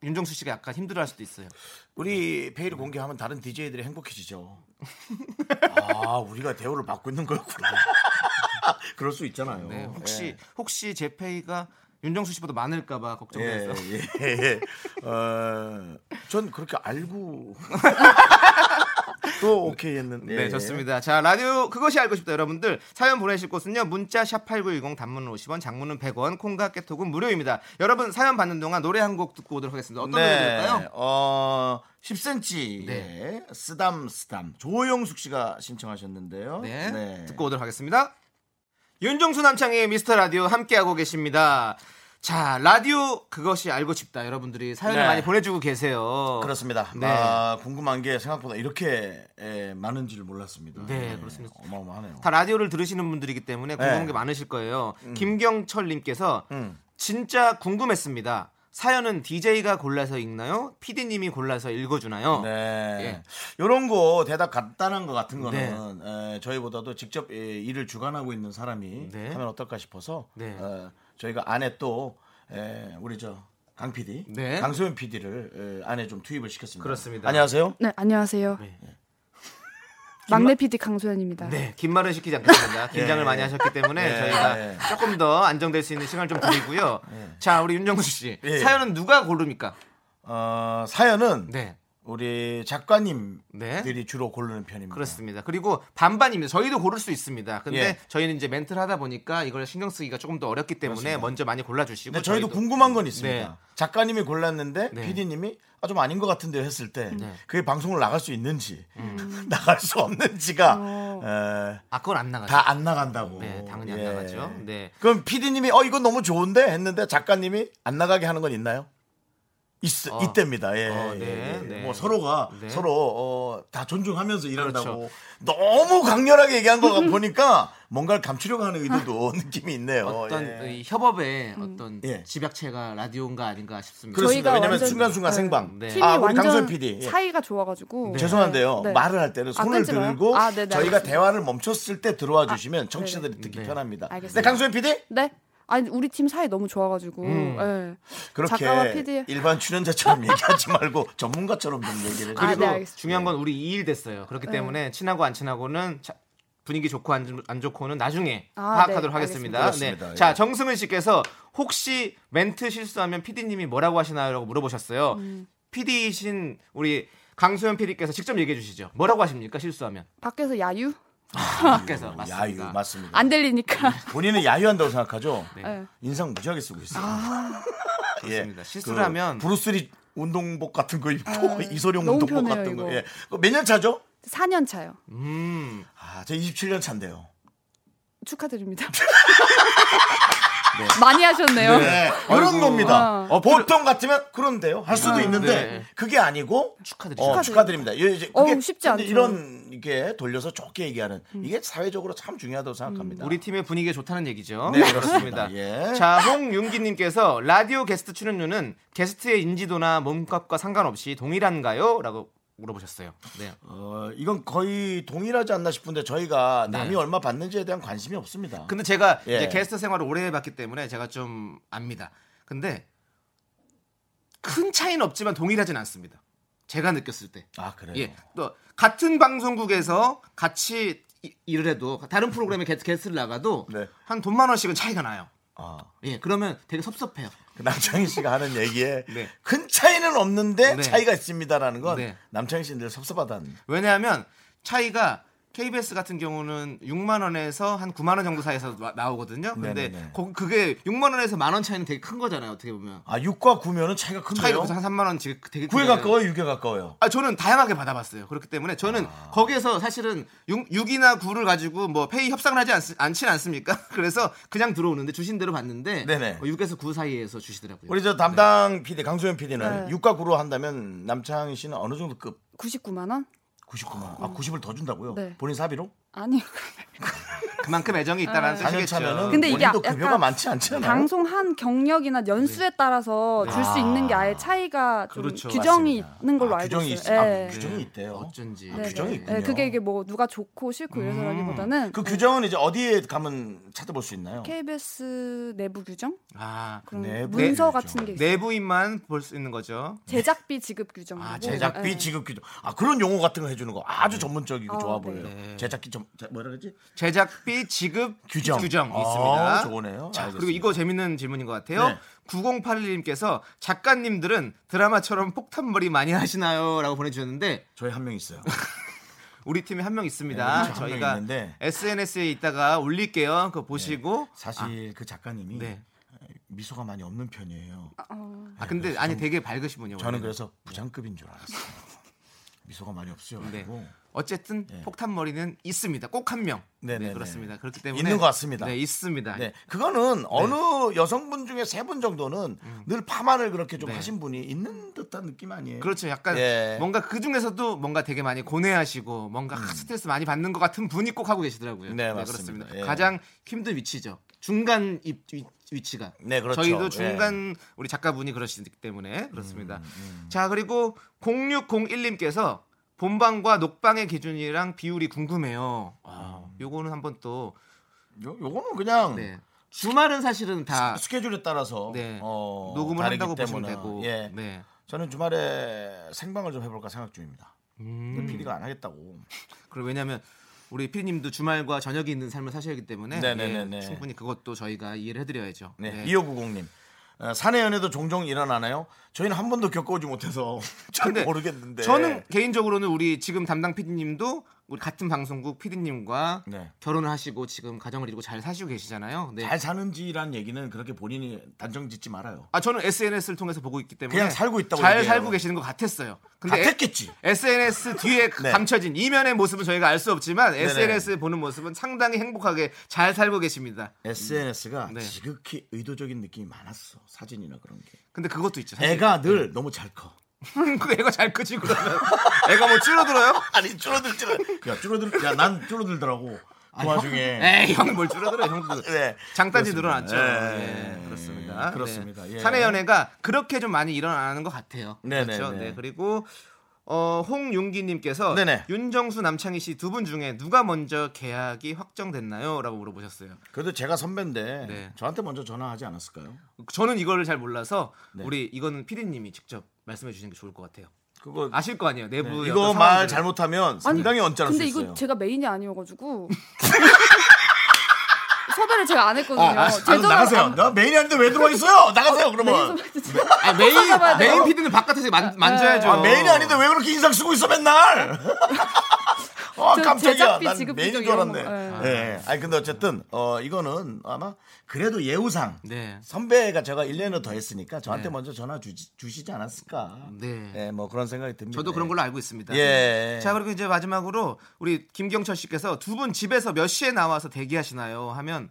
S2: 윤정수 씨가 약간 힘들어할 수도 있어요.
S1: 우리 페이를 공개하면 다른 DJ들이 행복해지죠. 아, 우리가 대우를 받고 있는 거였구나. 그럴 수 있잖아요.
S2: 네, 혹시 혹시 제 페이가 윤정수 씨보다 많을까봐
S1: 예,
S2: 걱정돼서
S1: 예, 예, 예. 어, 전 그렇게 알고 또 오케이 했는데.
S2: 네, 좋습니다. 자, 라디오 그것이 알고 싶다 여러분들. 사연 보내실 곳은요. 문자 샵 8910 단문은 50원, 장문은 100원, 콩과 깨톡은 무료입니다. 여러분 사연 받는 동안 노래 한 곡 듣고 오도록 하겠습니다. 어떤 노래
S1: 네,
S2: 들을까요?
S1: 어, 10cm의
S2: 네.
S1: 쓰담쓰담 조영숙 씨가 신청하셨는데요. 네.
S2: 네. 듣고 오도록 하겠습니다. 윤종수 남창의 미스터 라디오 함께하고 계십니다. 자, 라디오 그것이 알고 싶다. 여러분들이 사연을
S1: 네.
S2: 많이 보내주고 계세요.
S1: 그렇습니다.
S2: 네.
S1: 아, 궁금한 게 생각보다 이렇게 에, 많은 줄 몰랐습니다.
S2: 네,
S1: 예,
S2: 그렇습니다.
S1: 어마어마하네요.
S2: 다 라디오를 들으시는 분들이기 때문에 궁금한
S1: 네.
S2: 게 많으실 거예요. 김경철님께서
S1: 음.
S2: 진짜 궁금했습니다. 사연은 DJ가 골라서 읽나요? PD님이 골라서 읽어주나요?
S1: 네.
S2: 예. 네.
S1: 이런 거 대답 간단한 거 같은 거는 에, 저희보다도 직접 예, 일을 주관하고 있는 사람이
S2: 네.
S1: 하면 어떨까 싶어서
S2: 네.
S1: 어, 저희가 안에 또 에, 우리 저 강 PD,
S2: 네.
S1: 강소연 PD를 예, 안에 좀 투입을 시켰습니다.
S2: 그렇습니다.
S1: 안녕하세요.
S4: 네, 안녕하세요.
S2: 네.
S4: 막내 PD 강소연입니다.
S2: 네, 긴 말을 시키지 않겠습니다. 긴장을
S1: 예.
S2: 많이 하셨기 때문에
S1: 예.
S2: 저희가
S1: 예.
S2: 조금 더 안정될 수 있는 시간을 좀 드리고요. 자, 우리 윤정수 씨.
S1: 예.
S2: 사연은 누가 고릅니까?
S1: 어, 사연은
S2: 네.
S1: 우리 작가님들이
S2: 네.
S1: 주로 고르는 편입니다.
S2: 그렇습니다. 그리고 반반입니다. 저희도 고를 수 있습니다. 근데
S1: 예.
S2: 저희는 이제 멘트를 하다 보니까 이걸 신경 쓰기가 조금 더 어렵기 때문에 뭐 먼저 많이 골라주시고
S1: 근데 저희도, 궁금한 건 있습니다.
S2: 네.
S1: 작가님이 골랐는데
S2: 네.
S1: PD님이 아, 좀 아닌 것 같은데요 했을 때 그게 방송을 나갈 수 있는지
S2: 음.
S1: 나갈 수 없는지가
S2: 아 그건 안 나가죠.
S1: 다 안 나간다고.
S2: 네, 당연히 안
S1: 예.
S2: 나가죠. 네.
S1: 그럼 PD님이 어 이건 너무 좋은데 했는데 작가님이 안 나가게 하는 건 있나요? 있,
S2: 어.
S1: 있답니다. 예,
S2: 어,
S1: 예,
S2: 네,
S1: 예.
S2: 네.
S1: 뭐 서로가
S2: 네.
S1: 서로 어, 다 존중하면서 일한다고
S2: 그렇죠.
S1: 너무 강렬하게 얘기한 거 보니까 뭔가를 감추려고 하는 의도도 느낌이 있네요.
S2: 어떤
S1: 예.
S2: 이 협업의 어떤
S1: 예.
S2: 집약체가 라디오인가 아닌가 싶습니다.
S1: 그렇습니다.
S4: 음. 저희가
S1: 왜냐면
S4: 완전-
S1: 순간순간
S4: 네.
S1: 생방.
S2: 네.
S4: 팀이
S1: 아, 우리
S4: 완전
S1: 강소연 PD. 예.
S4: 사이가 좋아가지고
S1: 죄송한데요.
S4: 네.
S1: 말을 할 때는
S4: 아,
S1: 손을
S4: 끊지 마요?
S1: 들고
S4: 아, 네, 네,
S1: 저희가
S4: 알겠습니다. 아,
S1: 대화를 멈췄을 때 들어와 주시면 청취자들이 듣기
S2: 네.
S1: 편합니다.
S4: 알겠습니다.
S1: 네, 강소연 PD?
S4: 네. 아니 우리 팀 사이 너무 좋아가지고
S2: 음.
S4: 예. 작가와
S1: 그렇게
S4: PD
S1: 일반 출연자처럼 얘기하지 말고 전문가처럼 좀 얘기를
S4: 아,
S1: 해주세요.
S4: 네, 알겠습니다. 네.
S2: 중요한 건 우리 2일 됐어요. 그렇기 때문에 친하고 안 친하고는 자- 분위기 좋고 안, 좋- 안 좋고는 나중에
S4: 아,
S2: 파악하도록
S4: 네,
S2: 하겠습니다.
S1: 알겠습니다. 그렇습니다.
S2: 네.
S1: 예.
S2: 자, 정승은 씨께서 혹시 멘트 실수하면 PD님이 뭐라고 하시나요라고 물어보셨어요.
S4: 음.
S2: PD이신 우리 강소연 PD께서 직접 얘기해 주시죠. 뭐라고 하십니까? 실수하면.
S4: 밖에서 야유
S2: 밖에서
S1: 음, 야유
S2: 맞습니다.
S1: 맞습니다.
S4: 안 들리니까
S1: 본인은 야유한다고 생각하죠.
S4: 네. 아.
S1: 인상 무지하게 쓰고 있어요. 예.
S2: 그렇습니다. 실수를 하면-
S1: 브루스리 운동복 같은 거 입고 이소룡
S4: 아, 너무
S1: 운동복
S4: 편해요,
S1: 같은 거.
S4: 이거.
S1: 예. 몇 년 차죠?
S4: 4년 차요.
S2: 음.
S1: 아, 제 27년 차인데요.
S4: 축하드립니다. 많이 하셨네요.
S1: 네, 이런
S2: 아이고.
S1: 겁니다.
S4: 아.
S1: 어, 보통 같으면 그런데요. 할 수도
S2: 아,
S1: 있는데
S2: 네.
S1: 그게 아니고
S2: 축하드립니다.
S1: 어, 축하드립니다. 예, 이제 그게
S4: 어우, 쉽지
S1: 근데
S4: 않죠. 음.
S1: 이런 이게 돌려서 좋게 얘기하는 이게 사회적으로 참 중요하다고 생각합니다.
S2: 우리 팀의 분위기가 좋다는 얘기죠.
S1: 네, 그렇습니다. 예.
S2: 자, 홍윤기님께서 라디오 게스트 출연료는 게스트의 인지도나 몸값과 상관없이 동일한가요? 라고 물어보셨어요. 네.
S1: 어, 이건 거의 동일하지 않나 싶은데 저희가
S2: 네.
S1: 남이 얼마 받는지에 대한 관심이 없습니다.
S2: 근데 제가
S1: 예.
S2: 이제 게스트 생활을 오래 해봤기 때문에 제가 좀 압니다. 근데 큰 차이는 없지만 동일하진 않습니다. 제가 느꼈을 때.
S1: 아 그래요.
S2: 예. 또 같은 방송국에서 같이 이- 일을 해도 다른 프로그램에 게스- 게스트를 나가도
S1: 네.
S2: 한 돈만 원씩은 차이가 나요.
S1: 아,
S2: 예. 그러면 되게 섭섭해요.
S1: 그 남창희 씨가 하는 얘기에
S2: 네.
S1: 큰 차이는 없는데
S2: 네.
S1: 차이가 있습니다라는 건
S2: 네.
S1: 남창희 씨는 늘 섭섭하다는.
S2: 왜냐하면 차이가 KBS 같은 경우는 6만 원에서 한 9만 원 정도 사이에서 나- 나오거든요. 근데
S1: 네네네.
S2: 거- 그게 6만 원에서 만 원 차이는 되게 큰 거잖아요. 어떻게 보면
S1: 아 6과 9면은 차이가
S2: 차이가
S1: 큰데요.
S2: 벌써 한 3만 원 되게 되게
S1: 9에
S2: 크잖아요.
S1: 가까워요, 6에 가까워요.
S2: 아 저는 다양하게 받아봤어요. 그렇기 때문에 저는 거기에서 사실은 6, 6이나 9를 가지고 뭐 페이 협상을 하지 않, 않진 않습니까? 그래서 그냥 들어오는데 주신 대로 봤는데
S1: 네네.
S2: 어, 6에서 9 사이에서 주시더라고요.
S1: 우리 저 담당 PD 강소연 PD는
S4: 네.
S1: 6과 9로 한다면 남창희 씨는 어느 정도 급?
S4: 99만 원?
S1: 99만 원. 아 90을 더 준다고요?
S4: 네.
S1: 본인 사비로?
S4: 아니
S2: 그만큼 애정이 있다라는
S4: 네.
S1: 4년
S2: 뜻이겠죠.
S1: 차면은
S4: 근데 이게 아,
S1: 본인도
S4: 약간
S1: 급여가 많지 않잖아요.
S4: 방송 한 경력이나 연수에 따라서 줄 수 있는 게 아예 차이가 좀
S2: 네. 그렇죠.
S4: 규정이
S1: 맞습니다.
S4: 있는 걸로
S1: 아,
S4: 알고
S1: 규정이
S4: 있어요.
S1: 있- 아,
S4: 예.
S1: 규정- 규정이 있대요.
S2: 어쩐지
S4: 네,
S1: 규정이
S4: 네.
S1: 있군요.
S4: 네, 그게 이게 뭐 누가 좋고 싫고 이래서라기보다는
S1: 그 규정은 이제 어디에 가면 찾아볼 수 있나요?
S4: KBS 내부 규정
S2: 아
S4: 그런
S1: 내부 규정.
S4: 문서
S1: 네.
S4: 같은 게 있어요.
S2: 내부인만 볼 수 있는 거죠.
S4: 제작비 지급 규정.
S2: 아,
S1: 제작비
S4: 네.
S1: 지급 규정. 아 그런 용어 같은 거 해주는 거 아주 전문적이고 좋아 보여요.
S2: 네.
S1: 제작비 좀 자, 뭐라 그러지?
S2: 제작비 지급
S1: 규정.
S2: 규정
S1: 아,
S2: 있습니다.
S1: 좋으네요.
S2: 자,
S1: 알겠습니다.
S2: 그리고 이거 재밌는 질문인 것 같아요.
S1: 네.
S2: 9081님께서 작가님들은 드라마처럼 폭탄머리 많이 하시나요?라고 보내주셨는데
S1: 저희 한 명 있어요.
S2: 우리 팀에 한 명
S1: 네,
S2: 있습니다.
S1: 우리 팀에 한명
S2: 저희가
S1: 있는데.
S2: SNS에 있다가 올릴게요. 그거 보시고
S1: 사실 그 작가님이
S2: 네.
S1: 미소가 많이 없는 편이에요.
S2: 아 근데 아니 되게 밝으신 분이요.
S1: 네. 저는
S2: 원래는.
S1: 그래서 부장급인 줄 알았어요. 미소가 많이 없어요.
S2: 네.
S1: 그리고 네.
S2: 어쨌든 폭탄 머리는 있습니다. 꼭 한 명. 네,
S1: 네네네.
S2: 그렇습니다. 그렇기 때문에
S1: 있는 것 같습니다.
S2: 네, 있습니다.
S1: 네, 그거는 어느 여성분 중에 세 분 정도는 늘 파마를 그렇게 좀
S2: 음. 네.
S1: 하신 분이 있는 듯한 느낌 아니에요?
S2: 그렇죠. 약간
S1: 예.
S2: 뭔가 그 중에서도 뭔가 되게 많이 고뇌하시고 뭔가 스트레스 많이 받는 것 같은 분이 꼭 하고 계시더라고요.
S1: 음. 네, 맞습니다. 예.
S2: 가장 힘든 위치죠. 중간 입- 위- 위치가.
S1: 네, 그렇죠.
S2: 저희도 중간 우리 작가분이 그러시기 때문에 그렇습니다.
S1: 음,
S2: 자 그리고 0601님께서 본방과 녹방의 기준이랑 비율이 궁금해요. 아,
S1: 음.
S2: 요거는 한번 또
S1: 요, 요거는 그냥 아,
S2: 네. 주말은 사실은 다
S1: 스케줄에 따라서
S2: 네.
S1: 어,
S2: 녹음을
S1: 다르기
S2: 한다고 보시면
S1: 때문에.
S2: 되고.
S1: 예.
S2: 네.
S1: 저는 주말에 생방을 좀 해볼까 생각 중입니다. 근데
S2: 음.
S1: PD가 안 하겠다고.
S2: 그리고 왜냐하면 우리 피디님도 주말과 저녁이 있는 삶을 사셔야 하기 때문에
S1: 네네네네.
S2: 예, 충분히 그것도 저희가 이해를 해드려야죠.
S1: 네.
S2: 네.
S1: 2590님. 어, 사내 연애도 종종 일어나나요? 저희는 한 번도 겪어오지 못해서 잘
S2: 근데
S1: 모르겠는데.
S2: 저는 개인적으로는 우리 지금 담당 피디님도 우리 같은 방송국 피디님과
S1: 네.
S2: 결혼을 하시고 지금 가정을 이루고 잘 사시고 계시잖아요. 네.
S1: 잘 사는지란 얘기는 그렇게 본인이 단정짓지 말아요.
S2: 아 저는 SNS를 통해서 보고 있기 때문에
S1: 그냥 살고 있다고
S2: 잘
S1: 얘기해요.
S2: 살고 계시는 것 같았어요. 근데
S1: 같았겠지.
S2: SNS 뒤에
S1: 네.
S2: 감춰진 이면의 모습은 저희가 알 수 없지만 SNS 보는 모습은 상당히 행복하게 잘 살고 계십니다.
S1: SNS가
S2: 네.
S1: 지극히 의도적인 느낌이 많았어. 사진이나 그런 게.
S2: 근데 그것도 있죠. 사실.
S1: 애가 늘 너무 잘 커.
S2: 그 애가 잘 크지 그러면 애가 뭐 줄어들어요?
S1: 아니 줄어들지는. 야 줄어들. 야 난 줄어들더라고. 그 와중에.
S2: 에이 형 뭘 줄어들어 형도
S1: 네.
S2: 장단지
S1: 그렇습니다.
S2: 늘어났죠.
S1: 예.
S2: 예, 그렇습니다.
S1: 그렇습니다.
S2: 네.
S1: 예.
S2: 사내 연애가 그렇게 좀 많이 일어나는 것 같아요.
S1: 네네네.
S2: 그렇죠. 네 그리고 어, 홍윤기님께서
S1: 네네.
S2: 윤정수 남창희 씨 두 분 중에 누가 먼저 계약이 확정됐나요?라고 물어보셨어요.
S1: 그래도 제가 선배인데
S2: 네.
S1: 저한테 먼저 전화하지 않았을까요?
S2: 저는 이거를 잘 몰라서
S1: 네.
S2: 우리 이거는 피디님이 직접 말씀해 주시는 게 좋을 것 같아요.
S1: 그거
S2: 아실 뭐 거 아니에요
S1: 네,
S2: 내부
S1: 이거 말 잘못하면
S4: 아니,
S1: 상당히 언짢을 수
S4: 근데
S1: 있어요.
S4: 이거 제가 메인이 아니어가지고 섭외를 제가 안 했거든요.
S1: 아,
S4: 제
S1: 아,
S4: 네, 전화로
S1: 나가세요.
S4: 안-
S1: 나 메인이 아닌데 왜 들어와 있어요? 나가세요 그러면.
S2: 아, 메인
S4: 찾아봐야 돼요.
S2: 메인 피디는 바깥에서 만, 만져야죠.
S1: 아, 메인이 아닌데 왜 그렇게 인상 쓰고 있어 맨날? 아
S4: 저
S1: 깜짝이야.
S4: 제작비
S1: 난
S4: 지급비
S1: 메인인
S4: 좀
S1: 줄
S4: 이런
S1: 알았네.
S4: 거,
S1: 예. 아니 근데 어쨌든 어 이거는 아마 그래도 예우상
S2: 네.
S1: 선배가 제가 1년을 더 했으니까 저한테 먼저 전화 주지, 주시지 않았을까.
S2: 네.
S1: 예, 뭐 그런 생각이 듭니다.
S2: 저도 그런 걸로 알고 있습니다.
S1: 예.
S2: 자 그리고 이제 마지막으로 우리 김경철 씨께서 두 분 집에서 몇 시에 나와서 대기하시나요? 하면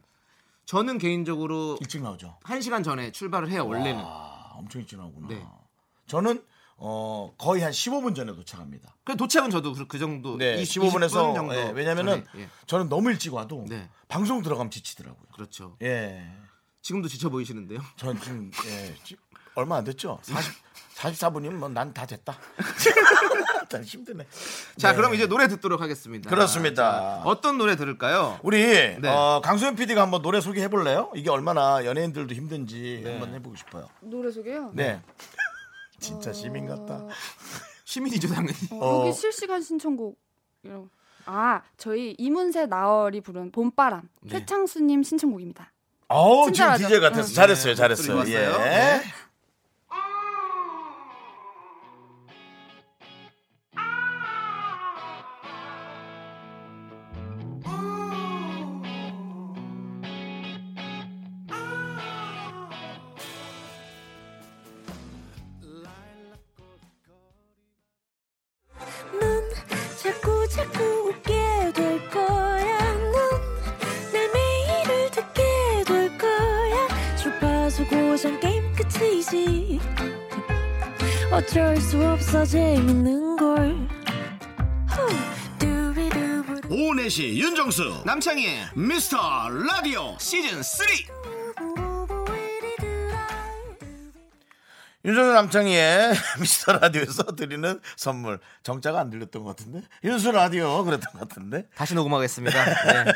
S2: 저는 개인적으로
S1: 일찍 나오죠.
S2: 한 시간 전에 출발을 해요 원래는.
S1: 아, 엄청 일찍 나오구나.
S2: 네.
S1: 저는 어 거의 한 15분 전에 도착합니다.
S2: 그 도착은 저도 그- 그 정도
S1: 네,
S2: 20,
S1: 15분에서
S2: 20분 정도.
S1: 왜냐면은
S2: 전에, 예.
S1: 저는 너무 일찍 와도
S2: 네.
S1: 방송 들어가면 지치더라고요.
S2: 그렇죠.
S1: 예.
S2: 지금도 지쳐 보이시는데요.
S1: 전 지금 예, 지- 얼마 안 됐죠? 40 44분이면 뭐 난 다 됐다. 난 힘드네.
S2: 자
S1: 네.
S2: 그럼 이제 노래 듣도록 하겠습니다.
S1: 그렇습니다.
S2: 자, 어떤 노래 들을까요?
S1: 우리
S2: 네.
S1: 어, 강수현 PD가 한번 노래 소개해 볼래요? 이게 얼마나 연예인들도 힘든지
S2: 네.
S1: 한번 해보고 싶어요.
S4: 노래 소개요.
S1: 네. 진짜 시민 같다.
S2: 시민이죠 당연히.
S4: 어,
S1: 어.
S4: 여기 실시간 신청곡 이런. 아 저희 이문세 나얼이 부른 봄바람
S2: 네.
S4: 최창수님 신청곡입니다.
S1: 어우 지금
S4: 친절하죠?
S1: DJ 같았어.
S4: 응.
S1: 잘했어요,
S2: 네,
S1: 잘했어요.
S2: 목소리
S1: 예.
S2: 좋았어요. 네.
S5: 넌 자꾸 자꾸 웃게 될 거야. 넌내 매일을 듣게 될 거야. 주파수 고정 게임 끝이지. 어쩔 수 없어 재밌는 걸. 후. 두비두부두.
S1: 오후 4시 윤정수
S2: 남창희
S1: 미스터 라디오
S2: 시즌 3
S5: 우부우부이리두라.
S1: 윤정수 남창희의 미스터 라디오에서 드리는 선물 정자가 안 들렸던 것 같은데 윤수 라디오 그랬던 것 같은데
S2: 다시 녹음하겠습니다. 네.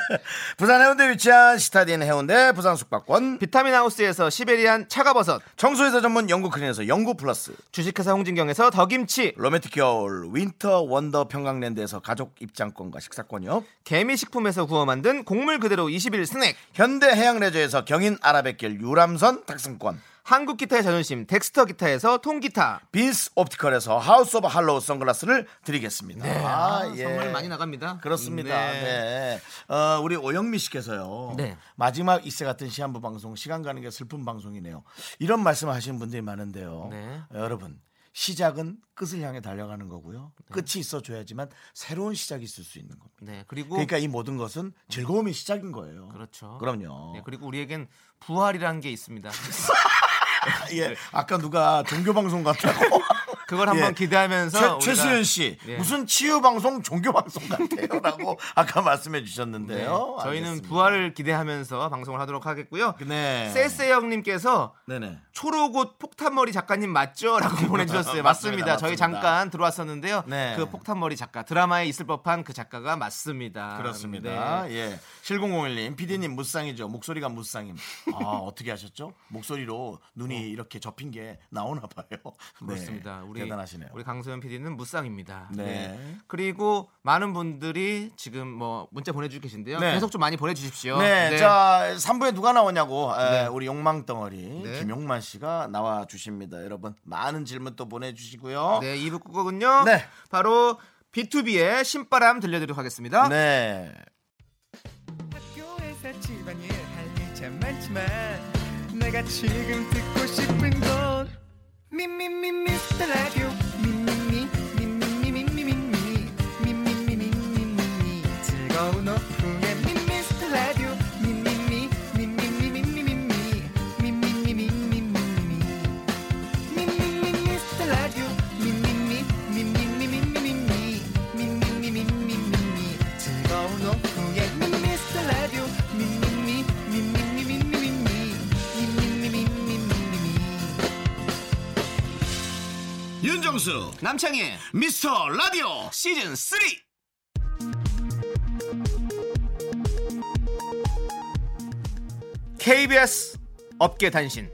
S1: 부산 해운대 위치한 시타딘 해운대 부산 숙박권
S2: 비타민 하우스에서 시베리안 차가버섯,
S1: 청소회사 전문 영구 크린에서 영구 플러스
S2: 주식회사 홍진경에서 더김치,
S1: 로맨틱 겨울 윈터 원더 평강랜드에서 가족 입장권과 식사권이요
S2: 개미식품에서 구워 만든 곡물 그대로 21 스낵,
S1: 현대 해양 레저에서 경인 아라뱃길 유람선 탁승권
S2: 한국 기타의 자존심 덱스터 기타에서 통기타.
S1: 빈스 옵티컬에서 하우스 오브 할로우 선글라스를 드리겠습니다 아, 예.
S2: 네. 선물 많이 나갑니다.
S1: 그렇습니다.
S2: 음,
S1: 네. 어, 우리 오영미 씨께서요.
S2: 네.
S1: 마지막 이세 같은 시한부 방송 시간 가는 게 슬픈 방송이네요. 이런 말씀을 하시는 분들이 많은데요.
S2: 네.
S1: 여러분 시작은 끝을 향해 달려가는 거고요. 끝이 있어줘야지만 새로운 시작이 있을 수 있는 겁니다.
S2: 네 그리고
S1: 그러니까 이 모든 것은 즐거움이 시작인 거예요.
S2: 그렇죠.
S1: 럼요
S2: 네, 그리고 우리에겐 부활이라는 게 있습니다. 그렇죠.
S1: 예, 아까 누가 종교 방송 같다고
S2: 그걸 한번
S1: 예.
S2: 기대하면서
S1: 최,
S2: 우리가-
S1: 최수연 씨
S2: 예.
S1: 무슨 치유 방송 종교 방송 같아요라고 아까 말씀해
S2: 네,
S1: 주셨는데요.
S2: 저희는
S1: 알겠습니다.
S2: 부활을 기대하면서 방송을 하도록 하겠고요.
S1: 네.
S2: 세세 형님께서
S1: 네네.
S2: 초록옷 폭탄머리 작가님 맞죠?라고 보내주셨어요. 맞습니다.
S1: 맞습니다,
S2: 저희
S1: 맞습니다.
S2: 잠깐 들어왔었는데요.
S1: 네.
S2: 그 폭탄머리 작가 드라마에 있을 법한 그 작가가 맞습니다.
S1: 그렇습니다.
S2: 아, 네.
S1: 예. 7001님, PD님 무쌍이죠. 목소리가 무쌍임. 아, 어떻게 하셨죠? 목소리로 눈이 이렇게 접힌 게 나오나 봐요. 네.
S2: 어. 그렇습니다. 우리
S1: 대단하시네요.
S2: 우리 강소연 PD는 무쌍입니다.
S1: 네.
S2: 그리고 많은 분들이 지금 뭐 문자 보내주고 계신데요.
S1: 네.
S2: 계속 좀 많이 보내주십시오.
S1: 네, 자, 3부에 누가 나오냐고, 에,
S2: 네.
S1: 우리 욕망덩어리,
S2: 네.
S1: 김용만 씨가 나와 주십니다. 여러분, 많은 질문 또 보내주시고요.
S2: 네, 2부 끝곡은요.
S1: 네.
S2: 바로 B2B의 신바람 들려드리도록 하겠습니다.
S1: 네.
S6: 학교에서 집안일 할 일 참 많지만 내가 지금 듣고 싶은 건 미미미 미스터 라디오 미미미 미미미 미미미 미미미 미미미 즐거운 오후에 미스터 라디오 미미미 미미미 미미미 미미미 미미미
S1: 윤정수,
S2: 남창희
S1: 미스터 라디오.
S2: 시즌 3. KBS 업계 단신.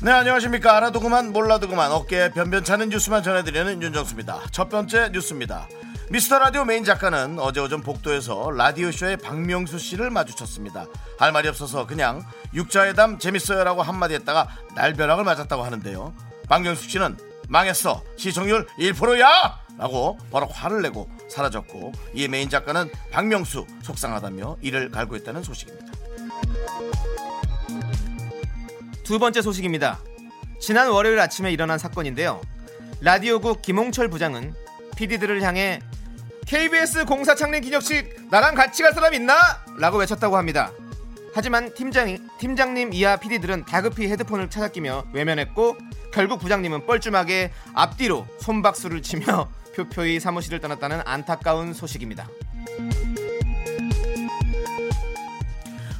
S1: 네, 안녕하십니까. 알아도 그만, 몰라도 그만, 어깨에 변변찮은 뉴스만 전해드리는 윤정수입니다. 첫 번째 뉴스입니다. 미스터 라디오 메인 작가는 어제 오전 복도에서 라디오쇼에 박명수 씨를 마주쳤습니다. 할 말이 없어서 그냥 육자회담 재밌어요라고 한마디 했다가 날벼락을 맞았다고 하는데요. 박명수 씨는 망했어. 시청률 1%야! 라고 버럭 화를 내고 사라졌고 이 메인 작가는 박명수 속상하다며 이를 갈고 있다는 소식입니다.
S2: 두 번째 소식입니다. 지난 월요일 아침에 일어난 사건인데요. 라디오국 김홍철 부장은 PD들을 향해 KBS 공사 창립 기념식 나랑 같이 갈 사람 있나? 라고 외쳤다고 합니다. 하지만 팀장이 팀장님 이하 PD들은 다급히 헤드폰을 찾아끼며 외면했고 결국 부장님은 뻘쭘하게 앞뒤로 손박수를 치며 표표히 사무실을 떠났다는 안타까운 소식입니다.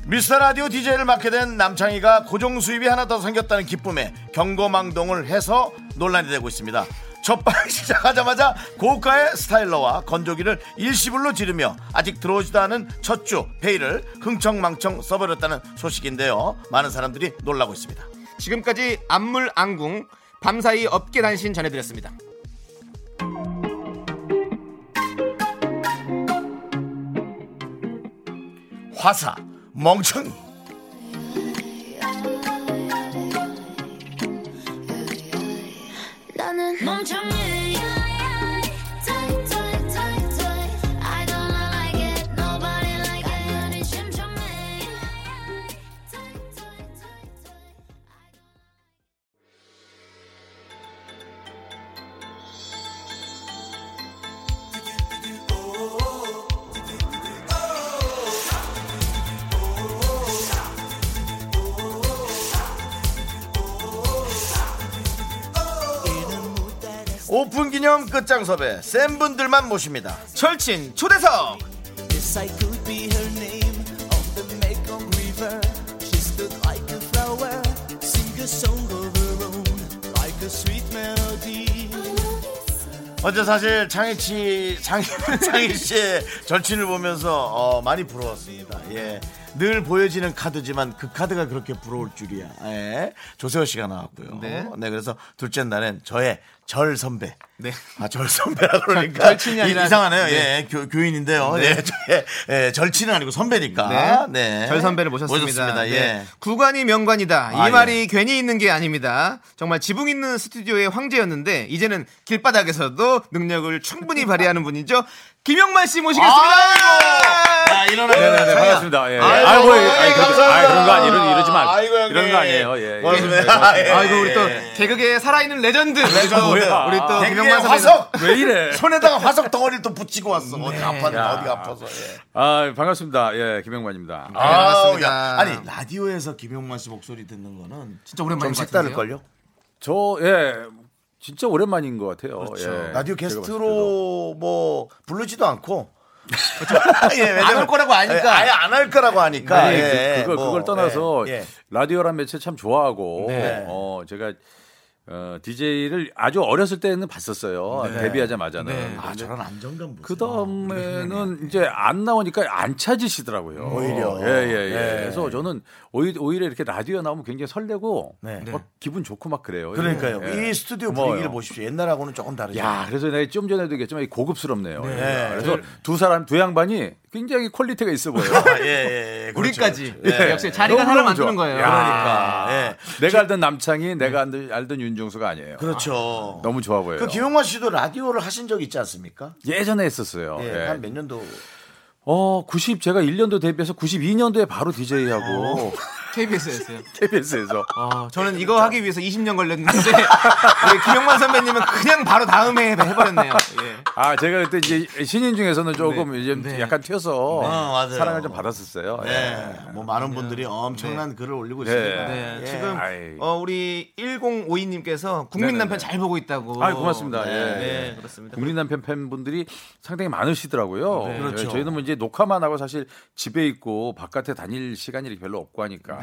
S1: 미스터 라디오 DJ를 맡게 된 남창희가 고정 수입이 하나 더 생겼다는 기쁨에 경거망동을 해서 논란이 되고 있습니다. 첫방 시작하자마자 고가의 스타일러와 건조기를 일시불로 지르며 아직 들어오지도 않은 첫 주 페이를 흥청망청 써버렸다는 소식인데요. 많은 사람들이 놀라고 있습니다.
S2: 지금까지 안물안궁 밤사이 업계 단신 전해드렸습니다.
S1: 화사, 멍청이.
S5: 나는 멍청해
S1: 오픈 기념 끝장 섭외 센 분들만 모십니다.
S2: 절친 초대석
S1: 어제 사실 장희 씨, 장희, 장희 씨의 절친을 보면서 어, 많이 부러웠습니다. 예. 늘 보여지는 카드지만 그 카드가 그렇게 부러울 줄이야. 예. 조세호 씨가 나왔고요.
S2: 네.
S1: 네. 그래서 둘째 날엔 저의 절 선배.
S2: 네.
S1: 아, 절 선배라 그러니까.
S2: 절- 절친이 아니라-
S1: 이- 이상하네요.
S2: 네.
S1: 예. 교, 인인데요
S2: 네.
S1: 예. 저의 예, 절친은 아니고 선배니까. 네.
S2: 절 선배를 모셨습니다. 네.
S1: 예.
S2: 구관이 명관이다. 이
S1: 아,
S2: 말이 괜히 있는 게 아닙니다. 정말 지붕 있는 스튜디오의 황제였는데 이제는 길바닥에서도 능력을 충분히 발휘하는 분이죠. 김영만 씨 모시겠습니다.
S1: 아이고! 야, 일어나요.
S7: 네, 네, 반갑습니다. 예.
S1: 아이고,
S7: 아이고, 예,
S1: 아이고,
S7: 아이고,
S1: 감사합니다.
S7: 아이고, 그런 거 아니, 이런, 이러지 마.
S1: 아이고, 형님.
S7: 이런 거 아니에요. 예, 예.
S1: 고맙습니다. 예.
S2: 아이고 우리 또 개그계에 살아있는 레전드. 우리 또
S7: 뭐야.
S2: 우리 또
S1: 개그의
S2: 김영만 선배님.
S1: 화석
S7: 왜 이래? 네.
S1: 손에다가 화석 덩어리를 또 붙이고 왔어. 어디 아팠나 어디 아파서. 예.
S7: 아, 반갑습니다. 예, 김영만입니다.
S1: 아,
S2: 반갑습니다.
S1: 야. 아니 라디오에서 김용만 씨 목소리 듣는 거는
S2: 진짜 오랜만인
S1: 좀
S2: 것
S1: 색다를
S2: 같은데요.
S1: 걸요.
S7: 저, 예, 진짜 오랜만인 것 같아요. 예.
S1: 라디오
S7: 제가
S1: 게스트로 뭐 부르지도 않고
S7: 그렇죠.
S1: 예,
S2: 안올 거라고 아니까.
S1: 아예 안 할 거라고 하니까
S7: 아니,
S1: 예,
S7: 그, 걸
S1: 뭐,
S7: 그걸 떠나서
S1: 예, 예.
S7: 라디오란 매체 참 좋아하고
S1: 네.
S7: 어 제가 어 DJ를 아주 어렸을 때는 봤었어요. 데뷔하자마자는.
S1: 아 저런 안정감 보세요.
S7: 그 다음에는 이제 안 나오니까 안 찾으시더라고요.
S1: 오히려.
S7: 예, 예, 예.
S1: 네.
S7: 그래서 저는 오히려, 오히려 이렇게 라디오 나오면 굉장히 설레고
S1: 네.
S7: 막 기분 좋고 막 그래요.
S1: 그러니까요.
S7: 예.
S1: 이 스튜디오
S7: 고마워요.
S1: 분위기를 보십시오. 옛날하고는 조금 다르죠.
S7: 야, 그래서 내가 좀 전에도 얘기했지만 고급스럽네요.
S1: 네.
S7: 예. 그래서 두 사람, 두 양반이 굉장히 퀄리티가 있어 보여요.
S1: 아, 예, 예, 예. 그렇죠,
S2: 우리까지.
S1: 그렇죠. 예.
S2: 역시 자리가 하나
S7: 너무너무 좋아.
S2: 만드는 거예요.
S7: 야.
S1: 그러니까 예.
S7: 내가 알던 남창이 내가 알던, 알던 윤종수가 아니에요.
S1: 그렇죠.
S7: 너무 좋아 보여요.
S1: 그 김용만 씨도 라디오를 하신 적 있지 않습니까?
S7: 예전에 했었어요.
S1: 예,
S7: 예.
S1: 한 몇 년도
S7: 어, 90 제가 1년도 데뷔해서 92년도에 바로 DJ하고
S2: KBS였어요.
S7: KBS에서
S2: 어,
S7: 네,
S2: 저는 이거 하기 위해서 20년 걸렸는데 우리 김영만 선배님은 그냥 바로 다음 해에 해버렸네요. 예.
S7: 아, 제가 그때 이제 신인 중에서는 조금 이제
S2: 네.
S7: 약간 튀어서
S1: 어, 맞아요.
S7: 사랑을 좀 받았었어요. 예.
S1: 예. 뭐 많은 분들이 엄청난 글을 올리고
S7: 네.
S1: 있습니다.
S2: 네,
S1: 예.
S2: 지금
S7: 아이.
S2: 어, 우리 1052님께서 국민
S7: 네네네.
S2: 남편 잘 보고 있다고.
S7: 아유, 고맙습니다. 예,
S2: 네,
S7: 예.
S2: 그렇습니다.
S7: 국민 남편 팬분들이 상당히 많으시더라고요. 예,
S1: 그렇죠.
S7: 저희는 뭐 이제 녹화만 하고 사실 집에 있고 바깥에 다닐 시간이 이렇게 별로
S2: 네,
S7: 없고 하니까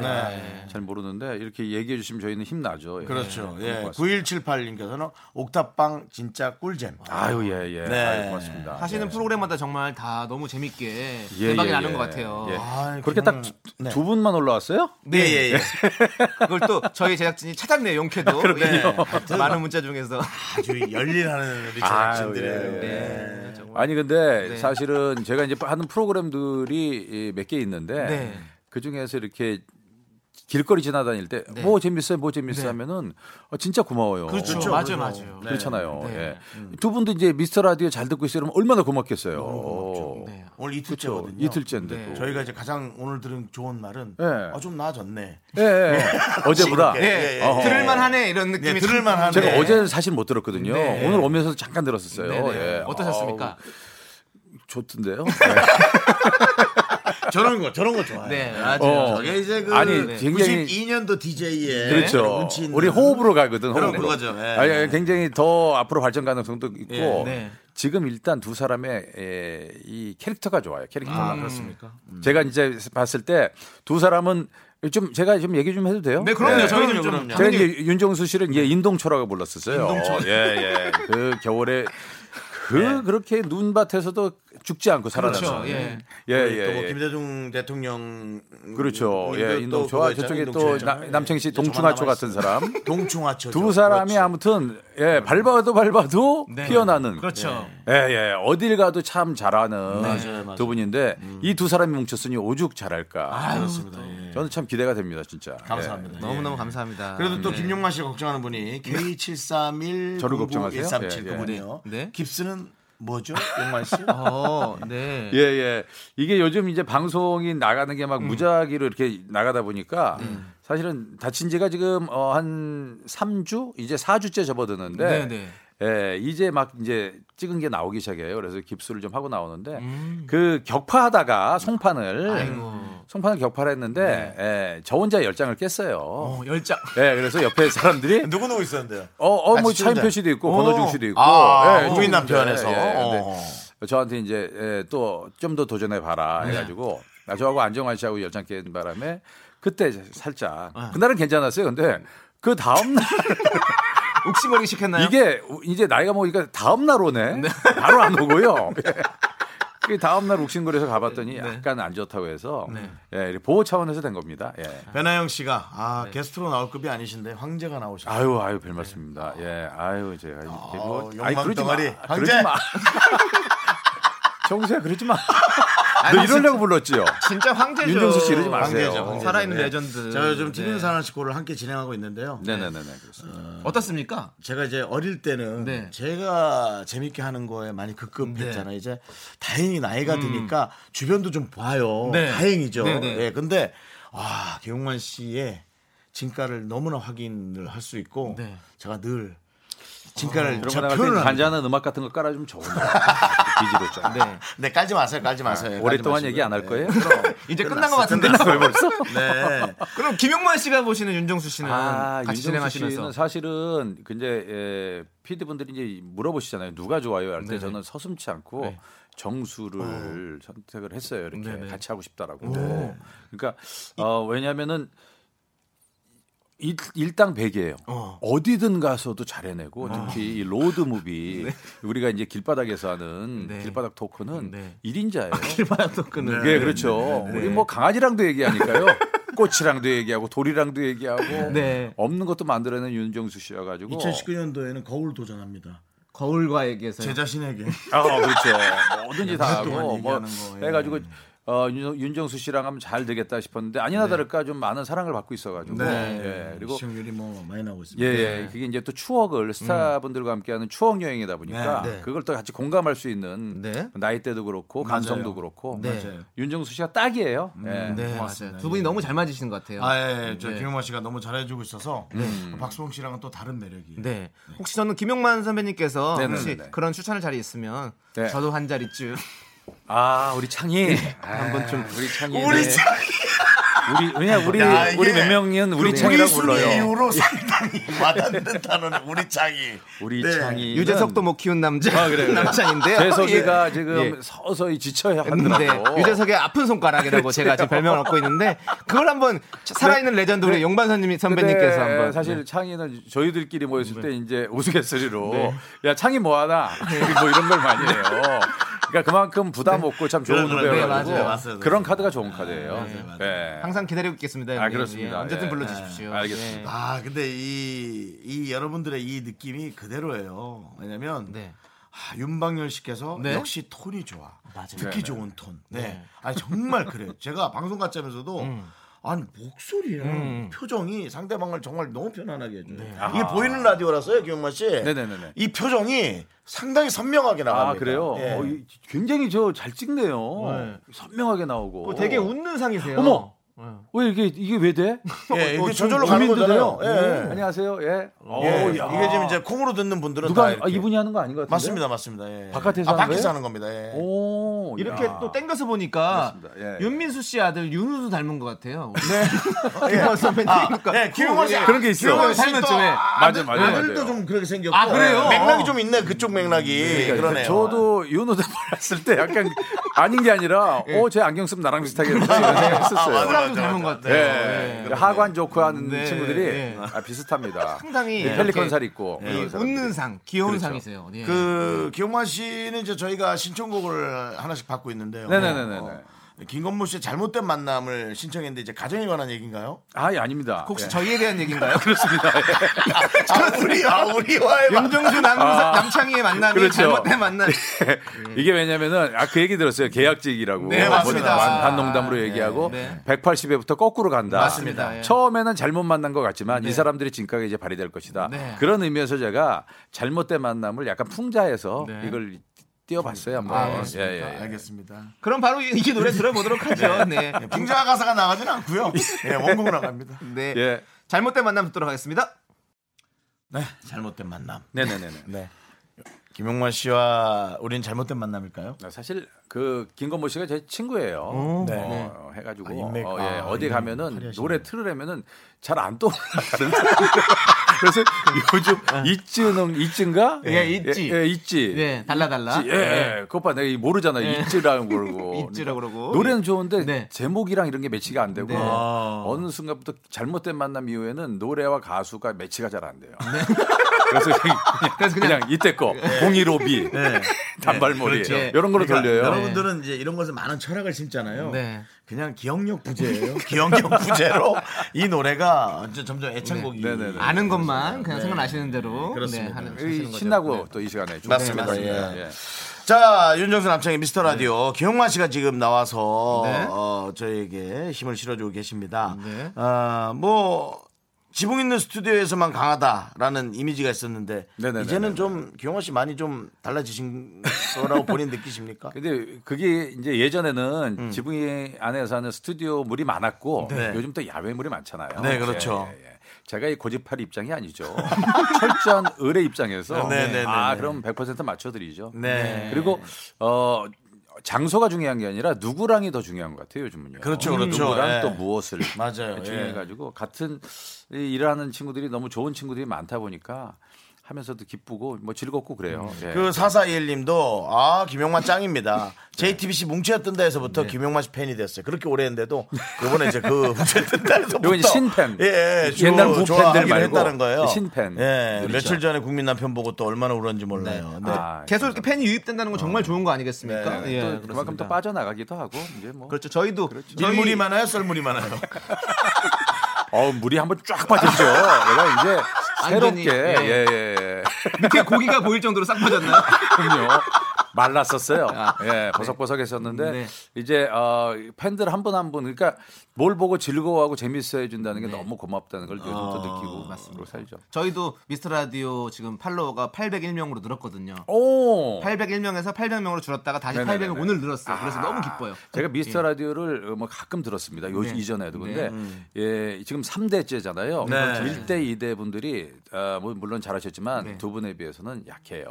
S7: 잘 모르는데 이렇게 얘기해 주시면 저희는 힘나죠. 예.
S1: 네. 그렇죠.
S7: 그럴
S1: 예.
S7: 것 같습니다.
S1: 9178님께서는 옥탑방 진짜 꿀잼.
S7: 아유, 예, 예.
S1: 네.
S7: 아유, 고맙습니다.
S2: 하시는
S7: 예.
S2: 프로그램마다 정말 다 너무 재밌게
S7: 예,
S2: 대박이
S7: 예,
S2: 나는
S7: 예.
S2: 것 같아요.
S7: 예.
S1: 아이,
S7: 그렇게
S1: 그냥-
S7: 딱 두
S1: 네.
S7: 분만 올라왔어요?
S1: 네, 예, 예.
S2: 그걸 또 저희 제작진이 찾았네요.
S7: 아,
S2: 용케도. 예.
S7: 그렇죠.
S2: 많은 문자 중에서.
S1: 아주 열일하는 우리
S7: 아유,
S1: 제작진들의
S7: 예, 예.
S2: 네, 정말.
S7: 아니 근데
S2: 네.
S7: 사실은 제가 이제 하는 프로그램들이 몇 개 있는데
S2: 네.
S7: 그 중에서 이렇게 길거리 지나다닐 때 뭐
S2: 네.
S7: 재밌어요, 뭐 재밌어
S2: 네.
S7: 하면은 어, 진짜 고마워요.
S1: 그렇죠.
S7: 그-
S2: 맞아요,
S1: 그렇죠.
S2: 맞아요.
S1: 네.
S7: 그렇잖아요.
S2: 네.
S7: 예. 두 분도 이제 미스터 라디오 잘 듣고 있어요. 그러면 얼마나 고맙겠어요.
S2: 네.
S1: 오늘
S7: 그렇죠.
S1: 이틀째거든요.
S7: 이틀째인데.
S2: 네.
S7: 또.
S1: 저희가 이제 가장 오늘 들은 좋은 말은
S7: 예.
S1: 아, 좀 나아졌네.
S7: 예, 예. 어제보다
S1: 이렇게.
S2: 네.
S1: 예,
S7: 예.
S2: 들을만하네 이런
S1: 예,
S2: 느낌이
S1: 들을만한
S7: 제가 어제 사실 못 들었거든요.
S2: 네.
S7: 오늘 오면서 잠깐 들었었어요.
S2: 네, 네.
S7: 예.
S2: 어떠셨습니까?
S7: 아우, 좋던데요.
S1: 저런 거 저런 거 좋아해요.
S2: 네, 맞아요.
S7: 어.
S1: 저게 이제 그
S7: 아니,
S1: 네.
S2: 음.
S7: 굉장히-
S1: 92년도
S2: 네,
S1: DJ의
S7: 그렇죠. 우리 호흡으로 가거든.
S1: 그럼
S7: 호흡으로.
S1: 그거죠. 예.
S7: 아니, 아니, 굉장히 더 앞으로 발전 가능성도 있고
S1: 예,
S2: 네.
S7: 지금 일단 두 사람의 에, 이 캐릭터가 좋아요. 캐릭터가 음.
S2: 그렇습니까?
S7: 제가 이제 봤을 때 두 사람은 좀 제가 좀 얘기 좀 해도 돼요?
S2: 네, 그럼요. 네.
S7: 예.
S2: 저희는
S1: 그럼요,
S2: 좀
S1: 그럼요.
S7: 제가 이제 윤정수 씨를 이제 인동초라고 불렀었어요. 인동초. 예, 예. 그 겨울에 그 그렇게 눈밭에서도 죽지 않고 살아났어요.
S2: 네. 그렇죠.
S1: 네.
S2: 예.
S7: 예, 예.
S1: 또뭐
S7: 예.
S1: 김대중 대통령
S7: 그렇죠.
S1: 우리도
S7: 예,
S1: 또
S7: 인동초와
S1: 그거
S7: 저쪽에
S1: 있잖아요.
S7: 또
S1: 인동초에
S7: 나- 남창희 씨
S1: 있잖아요. 예,
S7: 동충하초
S1: 저만
S7: 같은
S1: 남아있어요.
S7: 사람.
S1: 동충하초
S7: 두 사람이
S1: 그렇죠.
S7: 아무튼 예 밟아도 밟아도
S2: 네.
S7: 피어나는
S2: 그렇죠.
S7: 예예 어딜 가도 참 잘하는
S1: 네. 맞아요, 맞아요.
S7: 두 분인데 이 두 사람이 뭉쳤으니 오죽 잘할까 음.
S1: 그렇습니다. 예.
S7: 저는 참 기대가 됩니다 진짜
S1: 감사합니다. 예.
S2: 너무너무 감사합니다.
S1: 그래도 또
S2: 네.
S1: 김용만 씨가 걱정하는 분이 K731
S7: 저를 걱정하세요?
S1: 137
S7: 예, 예.
S1: 그분이요.
S2: 네.
S1: 깁스는 뭐죠? 용만 씨?
S2: 어, 네.
S7: 예예 이게 요즘 이제 방송이 나가는 게
S1: 음.
S7: 막 무작위로 이렇게 나가다 보니까 사실은 다친 지가 지금 어, 한 3주 이제 4주째 접어드는데
S2: 네, 네.
S7: 예, 이제 막 이제 찍은 게 나오기 시작해요. 그래서 깁스를 좀 하고 나오는데
S2: 음.
S7: 그 격파하다가 송판을
S2: 네. 아이고.
S7: 송판을 격파를 했는데
S1: 네.
S7: 예, 저 혼자 열장을 깼어요.
S2: 어, 열장.
S7: 예, 그래서 옆에 사람들이
S1: 누구 누구 있었는데요?
S7: 어어 뭐
S1: 같이
S7: 차인표
S1: 출전.
S7: 씨도 있고
S1: 어.
S7: 권호중 씨도 있고
S1: 아,
S7: 예,
S1: 국민
S7: 좀-
S1: 남편에서.
S7: 예, 예. 근데
S1: 어. 네.
S7: 저한테 이제 예, 또좀 더 도전해 봐라 해가지고 나 저하고 안정환 씨하고 열장 깬 바람에 그때 살짝
S1: 아.
S7: 그날은 괜찮았어요. 근데 그 다음 날
S2: 욱신거리 시켰나요?
S7: 이게 이제 나이가 먹으니까 다음 날 오네. 바로 안 오고요. 예. 그 다음 날 욱신거려서 가봤더니 약간 안 좋다고 해서 예, 이렇게 보호 차원에서 된 겁니다. 예.
S1: 배나영 씨가 아
S2: 네.
S1: 게스트로 나올 급이 아니신데 황제가 나오셨어요.
S7: 아유 아유 별 말씀입니다. 예, 아유 제가 이렇게 뭐-
S1: 욕망
S7: 그러지
S1: 덩어리.
S7: 마.
S1: 황제!
S7: 그러지 마. 정수야 그러지 마.
S2: 아,
S7: 너 이러려고 불렀지요.
S2: 진짜 황제죠.
S7: 윤정수 씨 이러지 마세요.
S2: 황제죠.
S7: 황제죠.
S2: 살아있는
S1: 네.
S2: 레전드.
S1: 제가 요즘
S2: 네.
S1: TV는 사는 식구를 함께 진행하고 있는데요.
S7: 네네네네 그렇습니다.
S2: 어떻습니까?
S1: 제가 이제 어릴 때는
S2: 네.
S1: 제가 재밌게 하는 거에 많이 급급했잖아요. 이제 다행히 나이가 드니까 주변도 좀 봐요.
S2: 네.
S1: 다행이죠.
S2: 네, 네.
S1: 예, 근데 아 계용만 씨의 진가를 너무나 확인을 할 수 있고
S2: 네.
S1: 제가 늘 진가를
S7: 그런 거
S1: 제가
S7: 나갈
S1: 표현을
S7: 때
S1: 합니다.
S7: 간지하는 음악 같은 거 깔아주면 좋은데 비지로 짜.
S2: 네.
S1: 네 깔지 마세요. 깔지 마세요. 깔지
S7: 오랫동안
S1: 마시고요.
S7: 얘기 안할
S1: 네,
S7: 거예요?
S1: 그럼.
S2: 이제 끝난 것 같은데.
S7: 왜 벌써?
S1: 네.
S2: 그럼 김용만 씨가 보시는 윤정수 씨는
S7: 아,
S2: 같이
S7: 윤정수 씨는
S2: 진행하시면서
S7: 사실은 근데 예, 피디분들이 이제 물어보시잖아요. 누가 좋아요? 할 때 저는 서슴치 않고 정수를 선택을 했어요. 이렇게
S2: 네. 네네.
S7: 같이 하고 싶다라고. 그러니까 어, 왜냐하면은 일- 일당 백이에요. 어. 디든 가서도 잘 해내고
S2: 아.
S7: 특히 이 로드 무비 우리가 이제 길바닥에서 하는
S2: 네.
S7: 길바닥 토크는
S2: 네.
S7: 일인자예요
S2: 길바닥도 끄는.
S7: 네, 그렇죠. 우리 뭐 강아지랑도 얘기하니까요. 꽃이랑도 얘기하고 돌이랑도 얘기하고
S2: 네.
S7: 없는 것도 만들어낸 윤정수
S1: 아.
S7: 씨여가지고
S1: 2019년도에는 거울 도전합니다.
S2: 네. 거울과 얘기해서.
S1: 제 자신에게.
S7: 아 그렇죠. 뭐든지 다 하고
S1: 동안
S7: 뭐
S1: 얘기하는 거, 예.
S7: 해가지고 어, 윤, 윤정수 씨랑 하면 잘 되겠다 싶었는데
S1: 네.
S7: 아니나 다를까 좀 많은 사랑을 받고 있어가지고 예, 그리고
S1: 시청률이 뭐 많이 나오고 있습니다.
S7: 예, 예. 그게 이제 또 추억을 스타분들과 함께하는 추억 여행이다 보니까
S1: 네, 네.
S7: 그걸 또 같이 공감할 수 있는
S2: 네.
S7: 나이대도 그렇고 감성도 그렇고
S2: 네.
S1: 맞아요. 음,
S7: 윤정수 씨가 딱이에요. 예.
S2: 네, 맞아요. 두 분이 너무 잘 맞으시는 것 같아요.
S1: 아, 예, 예. 저
S2: 네.
S1: 김용만 씨가 너무 잘해주고 있어서 박수홍 씨랑은 또 다른 매력이. 요
S2: 네. 혹시 저는 김용만 선배님께서
S7: 네, 네,
S2: 혹시
S7: 네, 네.
S2: 그런 추천할 자리 있으면
S7: 네.
S2: 저도 한 자리쯤
S7: 아 우리 창이 한번 좀 우리 창이
S1: 우리
S7: 네.
S1: 창-
S7: 우리 왜냐 우리
S1: 야, 이게 그
S7: 우리 몇 명은 우리 창이라고
S1: 순위
S7: 불러요.
S1: 이후로 상당히 와닿는 단어는 우리 창이.
S7: 우리
S1: 네.
S7: 창이 아,
S2: 유재석도 못 키운 남자 남자인데요.
S7: 재석이가 지금
S2: 예.
S7: 서서히 지쳐야
S2: 했는데
S7: 하더라고.
S2: 유재석의 아픈 손가락이라고 제가 지금 별명을 얻고 있는데 그걸 한번 살아있는 레전드 우리 용반 선님 선배님께서
S7: 근데
S2: 한번
S7: 네.
S2: 네.
S7: 사실 창이는 저희들끼리 모였을 때 이제 우스갯소리로 야 창이 뭐하나 뭐 이런 걸 많이 해요. 그러니까 그만큼 부담 없고 참 좋은
S1: 그래, 그래.
S7: 후배여가지고
S1: 네, 맞아요, 맞아요.
S7: 그런 카드가 좋은 카드예요. 예.
S2: 항상 기다리고 있겠습니다.
S7: 아,
S2: 형님.
S7: 그렇습니다.
S2: 예, 언제든
S7: 예.
S2: 불러주십시오. 네.
S7: 예. 알겠습니다.
S1: 아, 근데 이, 이 여러분들의 이 느낌이 그대로예요. 왜냐면
S2: 예. 네.
S1: 아, 윤방열 씨께서
S2: 네.
S1: 역시 톤이 좋아.
S7: 네,
S1: 듣기
S7: 네. 음.
S1: 좋은 톤. 네. 아니 정말 그래요. 제가 방송 같자면서도 아니 목소리랑 표정이 상대방을 정말 너무 편안하게 해줘요. 이게 보이는 라디오라서요, 기영만 씨.
S7: 네. 네네네네.
S1: 이 표정이 상당히 선명하게 나갑니다.
S7: 아 그래요?
S1: 예.
S7: 어, 이- 굉장히 저 잘 찍네요. 선명하게 나오고.
S2: 뭐 되게 웃는 상이세요.
S7: 어머! 왜 이게 이게 왜 돼?
S1: 예,
S7: 어,
S1: 이게
S7: 지금
S1: 저절로 가는
S7: 고민도 돼요.
S1: 거잖아요. 예.
S7: 음. 안녕하세요. 예.
S1: 예.
S7: 어우, 야.
S1: 이게 지금 이제 콩으로 듣는 분들은
S7: 누가
S1: 다
S7: 아,
S1: 이렇게.
S7: 이분이 하는 거 아닌 것 같은데.
S1: 맞습니다, 맞습니다. 예.
S7: 바깥에서
S1: 아,
S7: 하는
S1: 밖에서
S7: 거예요?
S1: 하는 겁니다. 예.
S7: 오.
S2: 이렇게
S7: 야.
S2: 또 땡겨서 보니까
S7: 그렇습니다. 예, 예.
S2: 윤민수 씨 아들 윤우도 닮은 것 같아요. 네. 김원
S7: 아,
S2: 선배님과. 어, 예.
S1: 네, 김용만 씨
S7: 그런 게 있어.
S1: 김용만 씨
S2: 삶은
S1: 또
S2: 쯤에.
S1: 아들,
S7: 맞아, 맞아, 맞아요. 음,
S1: 아들도 좀 그렇게 생겼고.
S2: 아, 그래요?
S1: 예. 맥락이 좀 있네 그쪽 맥락이. 그러네요.
S7: 그러니까 저도 윤호도 봤을 때 약간 아닌 게 아니라 어 제 안경 쓰면 나랑 비슷하겠다 이런 생각
S1: 예. 아,
S7: 했었어요.
S1: 맞아.
S2: 사람도 닮은 것 같아요.
S7: 예.
S2: 예.
S7: 하관 조크하는
S2: 네,
S7: 친구들이
S2: 예.
S7: 아, 비슷합니다.
S2: 상당히
S7: 네, 펠리컨 살 있고
S2: 이
S1: 예.
S7: 그런 사람들이.
S2: 웃는 상, 귀여운
S7: 그렇죠.
S2: 상이세요. 네.
S1: 그 기용만 씨는 이제 저희가 신청곡을 하나씩 받고 있는데요.
S7: 네네네네.
S1: 어, 김건모 씨의 잘못된 만남을 신청했는데 이제 가정에 관한 얘기인가요?
S7: 아, 예, 아닙니다.
S2: 그 혹시
S7: 예.
S2: 저희에 대한 얘기인가요?
S7: 그렇습니다. 예.
S1: 아, 우리 아 우리와의 아, 만-
S2: 윤정수 남, 남창희의 만남이
S7: 그렇죠.
S2: 잘못된 만남.
S7: 음. 이게 왜냐면은 아 그 얘기 들었어요. 계약직이라고.
S1: 네, 맞습니다.
S7: 반- 반농담으로
S2: 네,
S7: 얘기하고
S2: 네.
S7: 180회부터 거꾸로 간다.
S2: 맞습니다. 예.
S7: 처음에는 잘못 만난 것 같지만 이 사람들이 진가가 이제 발휘될 것이다.
S2: 네.
S7: 그런 의미에서 제가 잘못된 만남을 약간 풍자해서
S2: 네.
S7: 이걸 띄워봤어요. 한번. 예,
S2: 아, 그렇습니까?
S1: 알겠습니다.
S2: 그럼 바로 이, 이 노래 들어보도록 하죠. 네.
S1: 풍자 가사가 나가진 않고요. 예, 원곡 나갑니다.
S2: 네.
S7: 예.
S2: 잘못된 만남 듣도록 하겠습니다.
S1: 네, 잘못된 만남.
S7: 네네네네.
S1: 네. 김용만 씨와 우린 잘못된 만남일까요?
S7: 사실 그 김건모 씨가 제 친구예요. 어, 해가지고
S1: 아, 인맥.
S7: 어, 예.
S1: 아,
S7: 어디
S1: 인맥
S7: 가면은
S1: 화려하시네.
S7: 노래 틀으려면은 잘 안 떠올라가는. 그래서 요즘
S1: 아.
S7: 이쯤은 이쯤가?
S2: 예, 있지.
S7: 예, 예, 있지.
S2: 네, 달라 달라.
S7: 있지. 예, 예. 그것 봐. 내가 이 모르잖아.
S2: 예.
S7: 있지라고 그러고. 그러니까
S2: 있지라고 그러고.
S7: 노래는 좋은데
S2: 네.
S7: 제목이랑 이런 게 매치가 안 되고
S2: 네.
S1: 아.
S7: 어느 순간부터 잘못된 만남 이후에는 노래와 가수가 매치가 잘 안 돼요. 그래서 그냥,
S2: 네. 그래서 그냥- 예. 네.
S7: 그냥, 이때 거 015B 단발머리
S2: 그렇죠.
S7: 이런 걸로
S1: 그러니까
S7: 돌려요.
S1: 여러분들은 이제 이런 것에 많은 철학을 심잖아요.
S2: 네.
S1: 그냥 기억력 부재예요. 기억력 부재로 이 노래가 이제 점점 애창곡이
S7: 네, 네, 네.
S2: 아는 것만 그냥 생각나시는 대로
S1: 그렇습니다.
S2: 네, 하는
S7: 이
S2: 하시는 거죠.
S7: 신나고 또 이 시간에
S1: 네,
S7: 좀
S1: 맞습니다.
S7: 좋습니다.
S1: 예.
S7: 예. 네.
S1: 자, 윤정수 남창의 미스터 라디오 기영만 씨가 지금 나와서
S2: 네.
S1: 어, 저에게 힘을 실어주고 계십니다.
S2: 네.
S1: 아, 뭐 지붕 있는 스튜디오에서만 강하다라는 이미지가 있었는데
S7: 네네네네.
S1: 이제는 좀 기영만 씨 많이 좀 달라지신 거라고 본인 느끼십니까?
S7: 근데 그게 이제 예전에는 지붕이 안에서 하는 스튜디오 물이 많았고
S1: 음. 네.
S7: 요즘 또 야외 물이 많잖아요.
S1: 네, 그렇죠.
S7: 예, 예. 제가 이 고집팔 입장이 아니죠. 철저한 의뢰 입장에서
S1: 네, 네, 네,
S7: 아
S1: 네.
S7: 그럼 100% 맞춰드리죠.
S1: 네.
S7: 그리고 어 장소가 중요한 게 아니라 누구랑이 더 중요한 것 같아요 요즘은요.
S1: 그렇죠, 그렇죠.
S7: 누구랑
S1: 예.
S7: 또 무엇을
S1: 맞아요. 예.
S7: 중요해가지고 같은 이 일하는 친구들이 너무 좋은 친구들이 많다 보니까 하면서도 기쁘고 뭐 즐겁고 그래요. 예.
S1: 그 사사이엘님도 아 김용만
S7: 네.
S1: 짱입니다. JTBC 뭉쳐야 뜬다에서부터 김용만 씨 팬이 됐어요. 그렇게 오래 했는데도 이번에 이제 그 뭉쳐야 뜬다에서부터
S7: 요건 이제 신팬.
S1: 예, 예, 주-
S7: 옛날 무팬들
S1: 좋아하기로
S7: 말고 그
S1: 했다는 거예요.
S7: 신팬.
S1: 예,
S7: 그렇죠.
S1: 며칠 전에 국민 남편 보고 또 얼마나 울었는지 몰라요. 근데
S7: 아,
S2: 네. 계속 이렇게 팬이 유입된다는 건 정말 좋은 거 아니겠습니까?
S1: 어. 네.
S2: 예,
S7: 또 그만큼
S2: 그렇습니다.
S7: 또 빠져나가기도 하고 이제 뭐
S2: 그렇죠. 저희도 저희
S1: 밀물이 많아요, 썰물이 많아요.
S7: 어, 물이 한번 쫙 빠졌죠. 내가 이제
S2: 완전히,
S7: 새롭게
S2: 예.
S7: 예, 예, 예.
S2: 밑에 고기가 보일 정도로 싹 빠졌나요?
S7: 그럼요. 말랐었어요. 예, 버석버석했었는데
S2: 네.
S7: 이제 어, 팬들 한 분 한 분 그러니까 뭘 보고 즐거워하고 재밌어해 준다는 게 너무 고맙다는 걸 요즘 또 느끼고 네. 아, 맞습니다. 살죠.
S2: 저희도 미스터 라디오 지금 팔로워가 801명으로 늘었거든요.
S7: 오.
S2: 801명에서 800명으로 어. 줄었다가 다시
S7: 네네네네. 아.
S2: 800명 오늘 늘었어요. 그래서 너무 기뻐요.
S7: 제가 미스터 라디오를 어, 뭐 가끔 들었습니다. 요 이전에도 근데 예, 지금 3대째잖아요.
S1: 네.
S7: 1대 2대 분들이 아, 뭐 물론 잘하셨지만 두 분에 비해서는 약해요.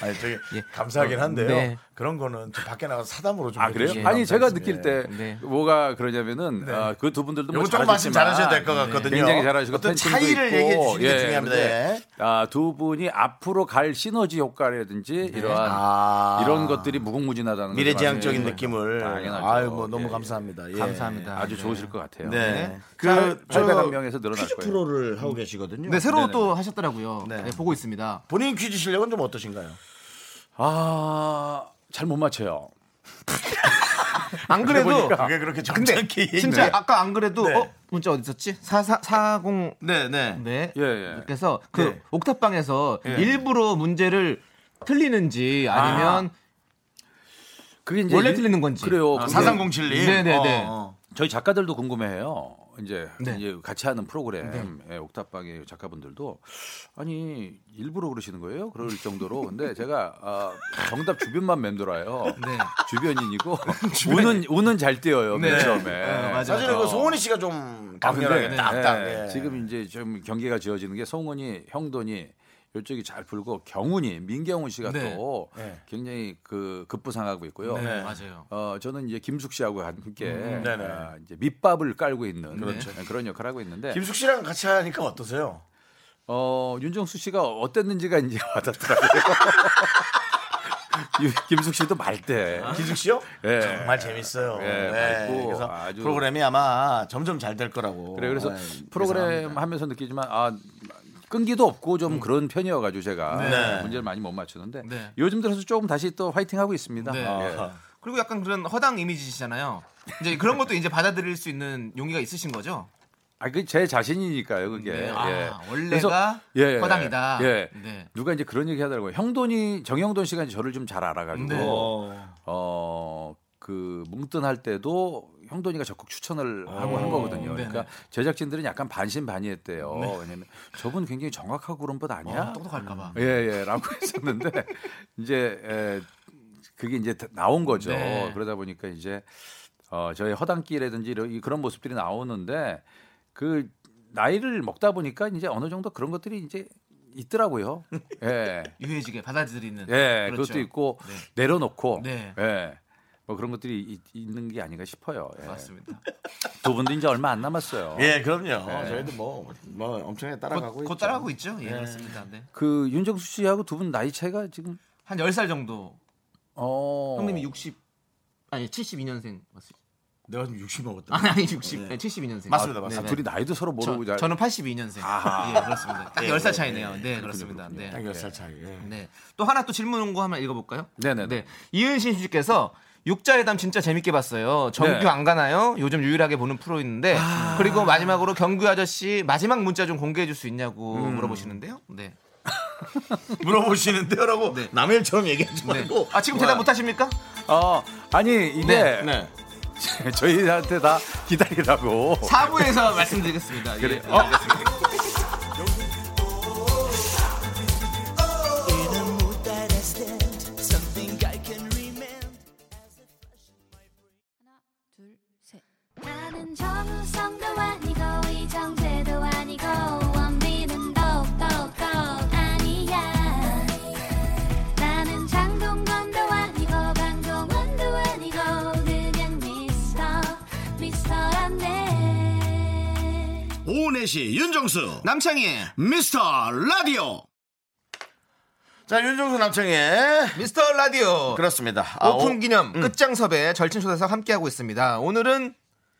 S1: 아니 저기
S7: 예.
S1: 감사하긴 한데요.
S2: 네.
S1: 그런 거는 좀 밖에 나가서 사담으로 좀.
S7: 어, 아 그래요?
S1: 해주시면
S7: 아니 제가
S1: 감사하겠습니다.
S7: 느낄 때
S2: 네.
S7: 뭐가 그러냐면은 아, 그 두 분들도
S1: 네.
S7: 뭐
S1: 요거 조금 말씀
S7: 잘하셨지만
S1: 잘하셔야 될
S7: 네.
S1: 것 같거든요.
S7: 굉장히 잘하시고
S1: 어떤
S7: 팬층도
S1: 차이를
S7: 있고,
S1: 얘기해 주시는 게
S7: 예,
S1: 중요합니다. 예.
S7: 근데, 아, 두 분이 앞으로 갈 시너지 효과라든지 이러한
S1: 아.
S7: 이런 것들이 무궁무진하다는
S1: 미래지향적인
S7: 거죠.
S1: 느낌을.
S7: 당연하죠.
S1: 아유 뭐 너무
S7: 예, 예.
S1: 감사합니다. 예.
S2: 감사합니다.
S7: 아주 좋으실 것 같아요.
S1: 네.
S7: 그
S1: 저
S7: 800명에서 늘어날
S1: 퀴즈
S7: 거예요.
S1: 프로를 하고 계시거든요.
S2: 네, 새로 또 하셨더라고요.
S1: 네.
S2: 네, 보고 있습니다.
S1: 본인 퀴즈 실력은 좀 어떠신가요?
S7: 아, 잘 못 맞춰요.
S2: 안 그래도
S1: 그게 그렇게
S2: 근데
S1: 정확히
S7: 예.
S1: 얘기-
S2: 진짜 아까 안 그래도
S1: 네.
S2: 어 문자 어디 있었지? 4440
S1: 네, 네.
S2: 네.
S7: 예, 예.
S2: 그래서 그
S1: 네.
S2: 옥탑방에서 일부러 문제를 틀리는지 아니면
S7: 그게 이제
S2: 원래
S7: 일-
S2: 틀리는 건지.
S7: 그래요.
S1: 아,
S7: 그게
S1: 4307님.
S2: 네, 네, 네.
S1: 어, 어.
S7: 저희 작가들도 궁금해해요. 이제,
S2: 네.
S7: 이제 같이 하는 프로그램 예, 옥탑방의 작가분들도 아니 일부러 그러시는 거예요? 그럴 정도로 근데 제가 아, 정답 주변만 맴돌아요. 네. 주변인이고 네. 운은 운은 잘 띄어요. 맨 처음에
S1: 사실은 그 소원이 씨가 좀 강렬하게
S7: 어. 아, 근데,
S1: 딱딱.
S7: 예,
S1: 예.
S7: 지금 이제 좀 경계가 지어지는 게 성훈이, 형돈이 이쪽이 잘 풀고 경훈이, 민경훈 씨가
S2: 네.
S7: 또
S1: 네.
S7: 굉장히 그 급부상하고 있고요.
S1: 네.
S2: 맞아요.
S7: 어 저는 이제 김숙 씨하고 함께
S1: 네네.
S7: 아, 이제 밑밥을 깔고 있는 그런 역할을 하고 있는데
S1: 김숙 씨랑 같이 하니까 어떠세요?
S7: 어 윤정수 씨가 어땠는지가 이제 와닿더라고요. 유- 김숙 씨도 말때
S1: 김숙 씨요?
S7: 예.
S1: 정말 재밌어요.
S7: 예,
S1: 네.
S7: 맑고
S1: 그래서
S7: 아주-
S1: 프로그램이 아마 점점 잘 될
S2: 뭐
S1: 거라고.
S7: 그래 그래서
S1: 예,
S2: 네,
S7: 프로그램
S1: 예상합니다.
S7: 하면서 느끼지만 아 끈기도 없고 좀 그런 편이어가지고 제가
S1: 네.
S7: 문제를 많이 못 맞추는데
S2: 음. 네.
S7: 요즘 들어서 조금 다시 또 화이팅 하고 있습니다.
S2: 네.
S7: 예.
S2: 그리고 약간 그런 허당 이미지시잖아요. 이제 그런 것도 이제 받아들일 수 있는 용기가 있으신 거죠?
S7: 아, 그 제 자신이니까요, 그게.
S2: 네.
S7: 예.
S2: 아, 원래가
S7: 예, 예.
S2: 허당이다.
S7: 예.
S2: 네.
S7: 누가 이제 그런 얘기 하더라고요. 형돈이, 정형돈 씨가 이제 저를 좀 잘 알아가지고, 뭐
S2: 네.
S7: 어, 그 뭉뜬할 때도 형돈이가 적극 추천을 하고 한 거거든요.
S2: 네네. 네.
S7: 그러니까 제작진들은 약간 반신반의했대요. 왜냐면 저분 굉장히 정확하고 그런 분 아니야?
S2: 똑똑할까 봐.
S7: 예, 예, 라고 했었는데, 이제, 에, 그게 이제 다- 나온 거죠.
S2: 네.
S7: 그러다 보니까 이제, 어, 저희 허당끼라든지 이런- 이 그런 모습들이 나오는데, 그, 나이를 먹다 보니까 이제 어느 정도 그런 것들이 이제 있더라고요. 예.
S2: 유해지게 받아들이는.
S7: 예, 그
S2: 그렇죠.
S7: 것도 있고,
S2: 네.
S7: 내려놓고,
S2: 네.
S7: 예. 뭐 그런 것들이 있, 있는 게 아닌가 싶어요. 예.
S2: 맞습니다.
S7: 두 분도 이제 얼마 안 남았어요.
S1: 예, 그럼요.
S7: 네.
S1: 저희도 뭐, 뭐 엄청나게 따라가고
S2: 곧, 곧
S1: 있죠.
S2: 따라하고 있죠? 예, 그렇습니다. 네.
S7: 그 윤정수 씨하고 두 분 나이 차이가 지금,
S2: 한 10살 정도.
S7: 어.
S2: 형님이 60 아니 72년생 맞습니다.
S1: 내가 지금 60 먹었다.
S2: 아니 아니 60 네. 72년생.
S1: 맞습니다,
S2: 아,
S1: 맞습니다.
S2: 네, 네.
S7: 둘이 나이도 서로 모르고
S2: 저,
S7: 잘-
S2: 저는 82년생. 예, 그렇습니다. 딱
S1: 예,
S2: 10살
S1: 예,
S2: 차이네요.
S1: 예,
S2: 네, 그렇습니다. 네.
S1: 딱 10살 차이. 예.
S2: 네. 또 하나 또 질문 온 거 한번 읽어 볼까요?
S7: 네네네.
S2: 네. 이은신 씨께서 육자회담 진짜 재밌게 봤어요. 정규
S7: 네.
S2: 안 가나요? 요즘 유일하게 보는 프로 있는데 그리고 마지막으로 경규 아저씨 마지막 문자 좀 공개해 줄 수 있냐고 음. 물어보시는데요. 네.
S1: 물어보시는데요라고 남의 일처럼 얘기하지
S2: 네.
S1: 말고.
S2: 아 지금 대답 못 하십니까?
S7: 어, 아니 이게
S1: 네.
S7: 저희한테 다 기다리라고.
S2: 사부에서 말씀드리겠습니다.
S7: 그래.
S2: 예.
S7: 어?
S5: 나는 정우성도 아니고 이정재도 아니고 원빈은 더욱더 아니야 나는 장동건도 아니고 강동원도 아니고 그냥 미스터 미스터란데
S1: 오후 4시 윤정수
S2: 남창희
S1: 미스터 라디오. 자 윤정수 남창의
S2: 미스터 라디오
S1: 그렇습니다. 아,
S2: 오픈
S1: 오-
S2: 기념
S1: 음.
S2: 끝장섭의 절친 초대석 함께하고 있습니다. 오늘은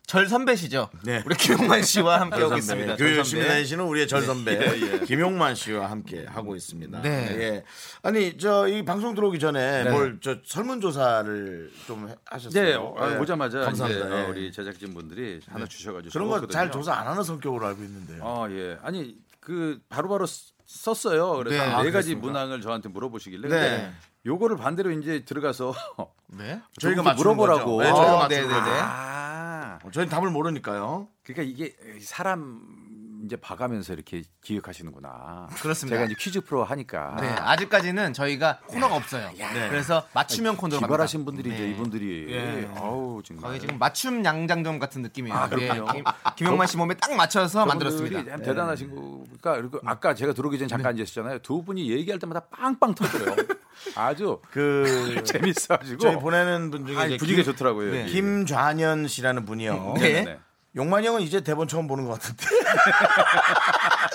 S2: 절 선배시죠?
S1: 네.
S2: 우리 김용만 씨와 함께하고
S1: 절
S2: 있습니다.
S1: 선배.
S2: 절
S1: 교육
S2: 선배.
S1: 그 열심히 다니시는 우리의 절 선배 김용만 씨와 함께 하고 있습니다.
S2: 네.
S1: 예. 아니 저 이 방송 들어오기 전에 뭘 저 설문조사를 좀 해- 하셨어요?
S7: 네, 어,
S1: 예.
S7: 오자마자
S1: 감사합니다.
S7: 이제, 어,
S1: 예.
S7: 우리 제작진 분들이 하나 주셔가지고
S1: 그런 거 잘
S7: 써왔거든요.
S1: 조사 안 하는 성격으로 알고 있는데. 요
S7: 아 예, 아니 그 바로바로 쓰- 썼어요. 그래서
S2: 네.
S7: 네,
S2: 아,
S7: 가지 문항을 저한테
S1: 네.
S7: 물어보시길래 근데 요거를 반대로 이제 들어가서
S2: 네.
S1: 저희가
S7: 저한테
S1: 맞추는
S7: 물어보라고.
S1: 거죠. 네, 저희가
S2: 아,
S1: 맞추는
S2: 네네네.
S1: 거죠.
S7: 아,
S1: 저희는 답을 모르니까요.
S7: 그러니까 이게 사람 이제 봐가면서 이렇게 기획하시는구나.
S2: 그렇습니다.
S7: 제가 이제 퀴즈 프로 하니까
S2: 네, 아직까지는 저희가 코너가 없어요.
S1: 네.
S2: 그래서 맞추면 코너로
S7: 기발하신
S2: 갑니다.
S7: 분들이 이제
S2: 네.
S7: 이분들이 아우 정말
S2: 거의 지금 맞춤 양장점 같은 느낌이에요.
S7: 그렇군요.
S2: 예, 김- 김용만 씨 몸에 딱 맞춰서 아, 만들었습니다. 예. 음. 네.
S7: 저분들이 참 대단하신 거니까 그리고 아까 제가 들어오기 전에 잠깐 앉으셨잖아요. 두 분이 얘기할 때마다 빵빵 터져요. 아주
S1: 그
S7: 재밌어가지고
S1: 저희 보내는 분 중에
S7: 아니,
S1: 이제
S7: 분위기 좋더라고요.
S1: 김,
S7: 여기. 음,
S1: 김좌년 씨라는 분이요.
S2: 네.
S7: 네네네.
S1: 용만 형은 이제 대본 처음 보는 것 같은데.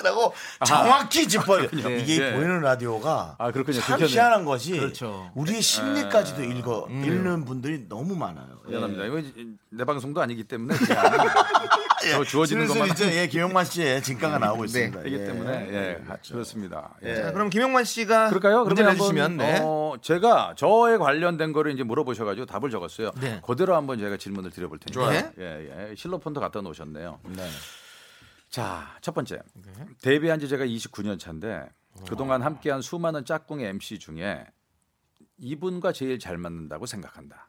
S1: 라고 정확히 짚어요. 이게
S7: 네.
S1: 보이는 라디오가
S7: 아, 그렇군요.
S1: 참
S7: 들켰네요. 네. 아. 음.
S1: 희한한 것이
S2: 그렇죠.
S1: 우리의 심리까지도 읽어 읽는 분이 너무 많아요. 예.
S7: 미안합니다. 이거 이제 내 방송도 아니기 때문에 그냥 저 주어지는
S1: 예. 슬슬
S7: 것만
S1: 이제 예, 김용만 씨의 진가가 나오고 있습니다.
S7: 하기
S1: 예.
S7: 때문에 예, 그렇습니다 예.
S2: 자, 그럼 김용만 씨가
S7: 그럴까요?
S2: 문제
S7: 그러면
S2: 내주시면
S7: 한번,
S2: 네.
S7: 어, 제가 저에 관련된 거를 이제 물어보셔가지고 답을 적었어요.
S2: 네.
S7: 그대로 한번 제가 질문을 드려볼 테니까.
S2: 좋아요.
S7: 예, 예. 실로폰도 갖다 놓으셨네요. 자, 첫 번째.
S2: 네.
S7: 데뷔한 지 제가 29년 차인데 그동안 함께한 수많은 짝꿍의 MC 중에 이분과 제일 잘 맞는다고 생각한다.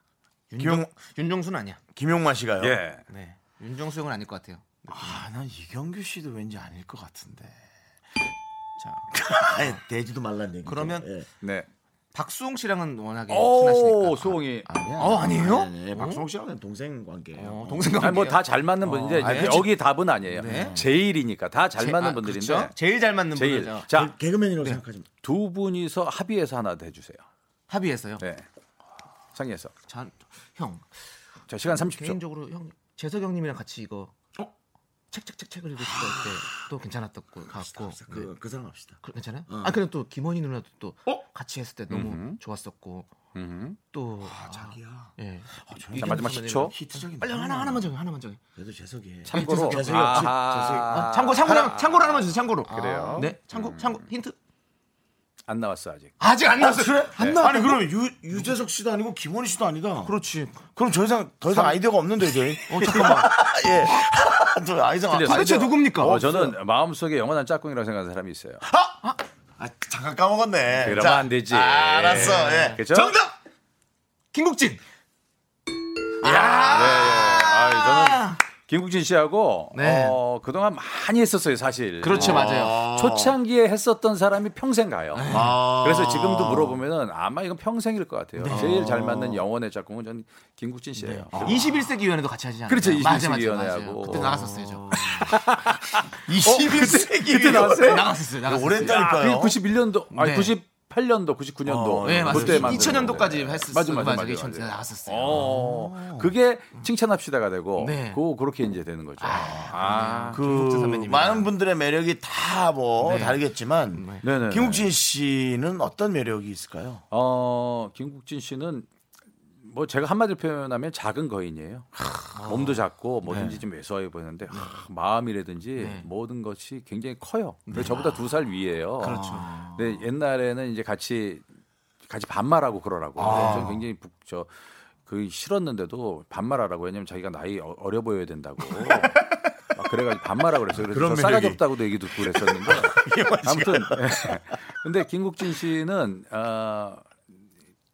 S1: 김용
S2: 윤종수는 아니야.
S1: 김용만 씨가요.
S7: 예.
S2: 네. 윤종수 형은 아닐 것 같아요.
S1: 아, 난 이경규 씨도 왠지 아닐 것 같은데.
S2: 자,
S1: 아예 대지도 예. 말란 얘기.
S2: 그러면
S7: 네.
S2: 박수홍 씨랑은 워낙에
S7: 오,
S2: 친하시니까.
S7: 수홍이. 음?
S1: 아니야.
S2: 어, 아니에요?
S1: 네, 박성욱 씨랑은 동생 관계예요.
S2: 어, 동생
S7: 아니
S2: 관계.
S7: 뭐 다 잘 맞는 분인데
S2: 아,
S7: 이제
S2: 그치.
S7: 여기 답은 아니에요.
S2: 네.
S7: 제일이니까 다 잘
S2: 제-
S7: 맞는
S2: 아,
S7: 분들인데
S2: 그렇죠? 제일 잘 맞는
S7: 제일.
S2: 분이죠.
S7: 자, 네.
S1: 개그맨이라고 생각하지 마.
S7: 두 분이서 합의해서 하나 더 해주세요.
S2: 합의해서요.
S7: 네. 상의해서.
S2: 자, 형
S7: 자, 시간 30초.
S2: 개인적으로 형 재석 형님이랑 같이 이거
S1: 어?
S2: 책책책책을 읽을 때또 괜찮았다고 같고
S1: 그, 그 사람 합시다. 어.
S2: 그, 괜찮아요? 아 그럼 또 김원희 누나도 또 같이 했을 때 너무 좋았었고
S7: 음.
S2: 또
S1: 아, 자기야. 아,
S2: 예.
S7: 자, 마지막 10초.
S1: 히트적인.
S2: 빨리 하나 하나만 정해 하나만 정해.
S1: 음. 그래도 재석이.
S7: 참고로.
S1: 재석이 없지.
S7: 아하. 아,
S2: 아, 참고 참고 하 참고로 하나만 주세요. 참고로.
S7: 그래요? 음.
S2: 네. 참고 참고 힌트.
S7: 안 나왔어 아직.
S2: 아직 안 나왔어요. 안 나왔어.
S1: 아니 그럼 유 유재석 씨도 아니고 김원희 씨도 아니다.
S2: 그렇지.
S1: 그럼 저 이상 더 이상 아이디어가 없는데 이제.
S2: 어 잠깐만.
S1: 예. 더 이상
S7: 틀렸어요.
S1: 아이디어-
S2: 도대체 누굽니까?
S7: 어, 저는 마음속에 영원한 짝꿍이라고 생각하는 사람이 있어요.
S1: 아, 잠깐 까먹었네.
S7: 그러면
S1: 자,
S7: 안 되지.
S2: 아,
S1: 알았어. 예.
S7: 그죠?
S1: 정답.
S2: 김국진.
S7: 네, 예. 아, 저는 김국진 씨하고
S2: 네.
S7: 어, 그동안 많이 했었어요, 사실.
S2: 그렇죠, 맞아요.
S7: 초창기에 했었던 사람이 평생 가요. 음.
S1: 아.
S7: 그래서 지금도 물어보면은 아마 이건 평생일 것 같아요.
S2: 네.
S7: 제일 잘 맞는 영혼의 짝꿍은 전 김국진 씨예요.
S2: 아. 21세기 위원회도 같이 하지 않아요?
S7: 그렇죠,
S2: 맞아,
S7: 21세기
S2: 맞아,
S7: 위원회하고.
S2: 맞아요. 그때 나갔었어요, 저.
S1: 21세기.
S7: 어, 그때 나왔어요? 아,
S2: 나갔었어요, 나갔었어요.
S1: 오랜다니까요.
S7: 91년도, 아니
S2: 네.
S7: 98년도, 99년도.
S1: 어,
S2: 네, 맞습니다.
S7: 만든
S2: 2000년도까지
S7: 건데.
S2: 했었어요.
S7: 네. 맞아, 맞아, 맞아.
S2: 맞아, 2000년대
S7: 맞아.
S2: 나갔었어요.
S7: 어, 그게 칭찬합시다가 되고,
S2: 네.
S7: 그 그렇게 이제 되는 거죠. 아,
S1: 그 많은 분들의 매력이 다 뭐 다르겠지만
S7: 네, 네, 네.
S1: 김국진 씨는 어떤 매력이 있을까요?
S7: 어, 김국진 씨는 뭐 제가 한마디로 표현하면 작은 거인이에요. 몸도 작고 뭐든지 좀 외소해 보이는데 하, 마음이라든지 모든 것이 굉장히 커요. 그래서 저보다 두 살 위예요. 네. 그렇죠. 근데 옛날에는 이제 같이 같이 반말하고 그러라고. 근데 저는 굉장히 북, 저, 그 싫었는데도 반말하라고 왜냐면 자기가 나이 어- 어려 보여야 된다고. 막 그래가지고 반말하고 그랬어요. 그래서
S1: 그런
S7: 저 싸가지
S1: 매력이.
S7: 없다고도 얘기 듣고 그랬었는데 아무튼 예. 근데 김국진 씨는 어,